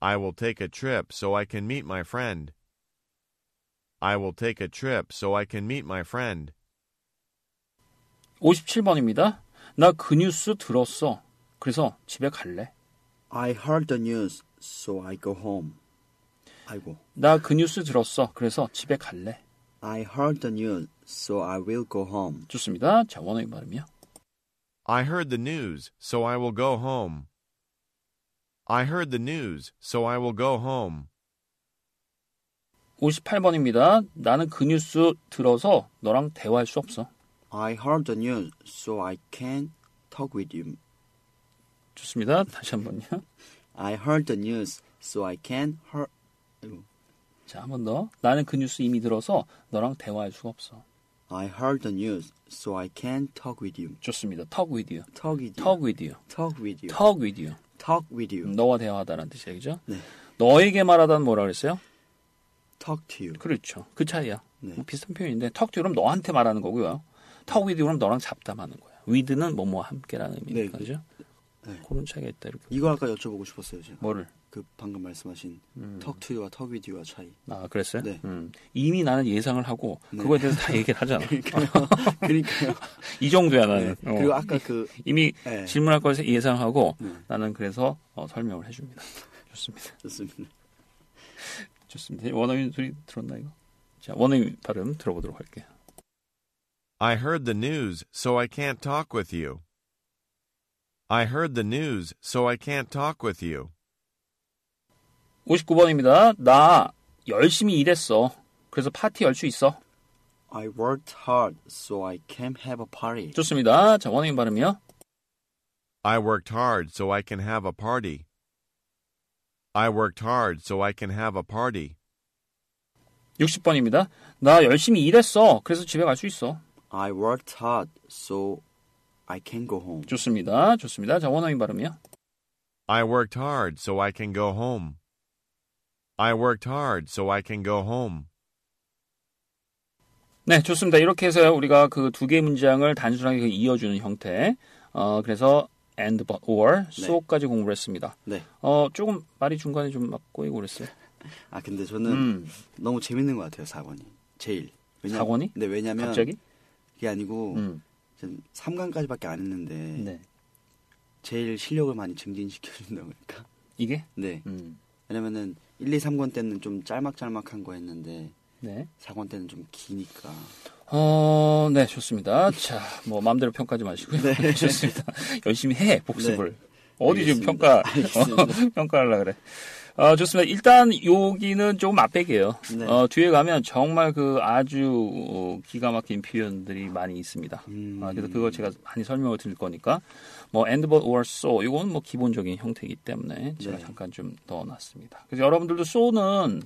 Speaker 4: I will take a trip so I can meet my friend. I will take a trip so I can meet my friend.
Speaker 2: 57번입니다. 나 그 뉴스 들었어. 그래서 집에 갈래.
Speaker 3: I heard the news, so I go home. I go.
Speaker 2: 나 그 뉴스 들었어. 그래서 집에 갈래.
Speaker 3: I heard the news, so I will go home.
Speaker 2: 좋습니다. 자, 원어민 발음이요.
Speaker 4: I heard the news, so I will go home. I heard the news, so I will go home.
Speaker 2: 58번입니다. 나는 그 뉴스 들어서 너랑 대화할 수 없어.
Speaker 3: I heard the news, so I can't talk with you.
Speaker 2: 좋습니다. 다시 한 번요.
Speaker 3: I heard the news, so I can't hear.
Speaker 2: 자, 한 번 더. 나는 그 뉴스 이미 들어서 너랑 대화할 수가 없어.
Speaker 3: I heard the news, so I can't talk with you.
Speaker 2: 좋습니다. talk with you.
Speaker 3: Talk with you.
Speaker 2: talk with you.
Speaker 3: Talk with you.
Speaker 2: talk Mm. with you.
Speaker 3: Talk with you.
Speaker 2: 너와 대화하다라는 뜻이에요. 그죠?
Speaker 3: 네.
Speaker 2: 너에게 말하다는 뭐라 그랬어요?
Speaker 3: Talk to you.
Speaker 2: 그렇죠. 그 차이야.
Speaker 3: 네.
Speaker 2: 뭐 비슷한 표현인데 talk to you는 너한테 말하는 거고요. talk with you는 너랑 잡담하는 거야. with는 뭐뭐와 함께라는 의미니까.
Speaker 3: 네.
Speaker 2: 그죠?
Speaker 3: 네.
Speaker 2: 그런 차이가 있다. 이렇게.
Speaker 3: 이거 아까 여쭤보고 싶었어요, 제가.
Speaker 2: 뭐를?
Speaker 3: 그 방금 말씀하신
Speaker 2: 음.
Speaker 3: talk to you와 talk with you와 차이.
Speaker 2: 아, 그랬어요?
Speaker 3: 네.
Speaker 2: 음. 이미 나는 예상을 하고 그거에 대해서 다 얘기를 하잖아.
Speaker 3: 그러니까요.
Speaker 2: 이 정도야
Speaker 3: 네.
Speaker 2: 나는. 어.
Speaker 3: 그리고 아까 그
Speaker 2: 이미
Speaker 3: 네.
Speaker 2: 질문할 것을 예상하고
Speaker 3: 네.
Speaker 2: 나는 그래서 어, 설명을 해줍니다. 좋습니다.
Speaker 3: 좋습니다.
Speaker 2: 좋습니다. 원어민 소리 들었나 이거? 자, 원어민 발음 들어보도록 할게요.
Speaker 4: I heard the news, so I can't talk with you. I heard the news, so I can't talk with you.
Speaker 2: 59번입니다. 나 열심히 일했어. 그래서 파티 열 수 있어.
Speaker 3: I worked hard, so I can have a party.
Speaker 2: 좋습니다. 자, 원어민 발음이요.
Speaker 4: I worked hard so I can have a party. I worked hard so I can have a party.
Speaker 2: 60번입니다. 나 열심히 일했어. 그래서 집에 갈 수 있어.
Speaker 3: I worked hard, so I can go home.
Speaker 2: 좋습니다. 좋습니다. 자, 원어민 발음이요.
Speaker 4: I worked hard so I can go home. I worked hard so I can go home.
Speaker 2: 네, 좋습니다. 이렇게 해서 우리가 그 두 개의 문장을 단순하게 그 이어주는 형태. 어, 그래서 and but or so까지 공부를 했습니다.
Speaker 3: 네.
Speaker 2: 어, 조금 말이 중간에 좀 막 꼬이고 그랬어요.
Speaker 3: 아 근데 저는
Speaker 2: 음.
Speaker 3: 너무 재밌는 것 같아요, 4권이. 제일. 왜냐-
Speaker 2: 사권이?
Speaker 3: 네, 왜냐면
Speaker 2: 갑자기?
Speaker 3: 그게 아니고
Speaker 2: 음.
Speaker 3: 전 3강까지밖에 안 했는데
Speaker 2: 네.
Speaker 3: 제일 실력을 많이 증진시켜준다고 그러니까.
Speaker 2: 이게?
Speaker 3: 네.
Speaker 2: 음.
Speaker 3: 왜냐면은 1, 2, 3권 때는 좀 짤막짤막한 거 했는데
Speaker 2: 네.
Speaker 3: 4권 때는 좀 기니까.
Speaker 2: 어, 네, 좋습니다. 자, 뭐 마음대로 평가하지 마시고요.
Speaker 3: 네.
Speaker 2: 좋습니다. 열심히 해 복습을. 어디 지금 평가
Speaker 3: 알겠습니다. 알겠습니다.
Speaker 2: 평가하려 그래. 어, 좋습니다. 일단 여기는 조금 맛백이에요.
Speaker 3: 네.
Speaker 2: 어, 뒤에 가면 정말 그 아주 어, 기가 막힌 표현들이 많이 있습니다.
Speaker 3: 음.
Speaker 2: 아, 그래서 그거 제가 많이 설명을 드릴 거니까 뭐 and but or so 이건 뭐 기본적인 형태이기 때문에 제가
Speaker 3: 네.
Speaker 2: 잠깐 좀 넣어놨습니다. 그래서 여러분들도 so는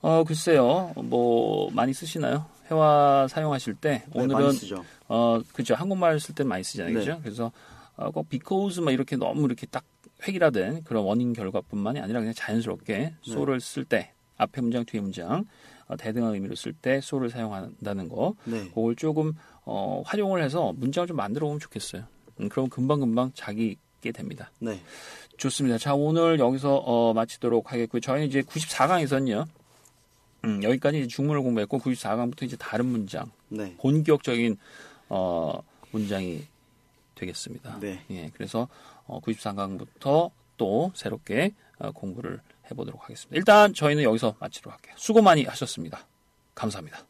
Speaker 2: 어 글쎄요 뭐 많이 쓰시나요? 회화 사용하실 때
Speaker 3: 네,
Speaker 2: 오늘은
Speaker 3: 많이 쓰죠.
Speaker 2: 어 그죠 한국말 쓸 때 많이 쓰잖아요,
Speaker 3: 네.
Speaker 2: 그죠? 그래서 어, 꼭 because 막 이렇게 너무 이렇게 딱 획일화된 그런 원인 결과뿐만이 아니라 그냥
Speaker 3: 네.
Speaker 2: 자연스럽게 so를 쓸 때 앞에 문장 뒤에 문장 어, 대등한 의미로 쓸 때 so를 사용한다는 거
Speaker 3: 네.
Speaker 2: 그걸 조금 어, 활용을 해서 문장을 좀 만들어 보면 좋겠어요. 음, 그럼 금방금방 자기게 됩니다.
Speaker 3: 네.
Speaker 2: 좋습니다. 자, 오늘 여기서 어, 마치도록 하겠고요. 저희는 이제 94강에서는요. 음, 여기까지 이제 중문을 공부했고 94강부터 이제 다른 문장,
Speaker 3: 네.
Speaker 2: 본격적인 어, 문장이 되겠습니다.
Speaker 3: 네.
Speaker 2: 예, 그래서 어, 93강부터 또 새롭게 어, 공부를 해보도록 하겠습니다. 일단 저희는 여기서 마치도록 할게요. 수고 많이 하셨습니다. 감사합니다.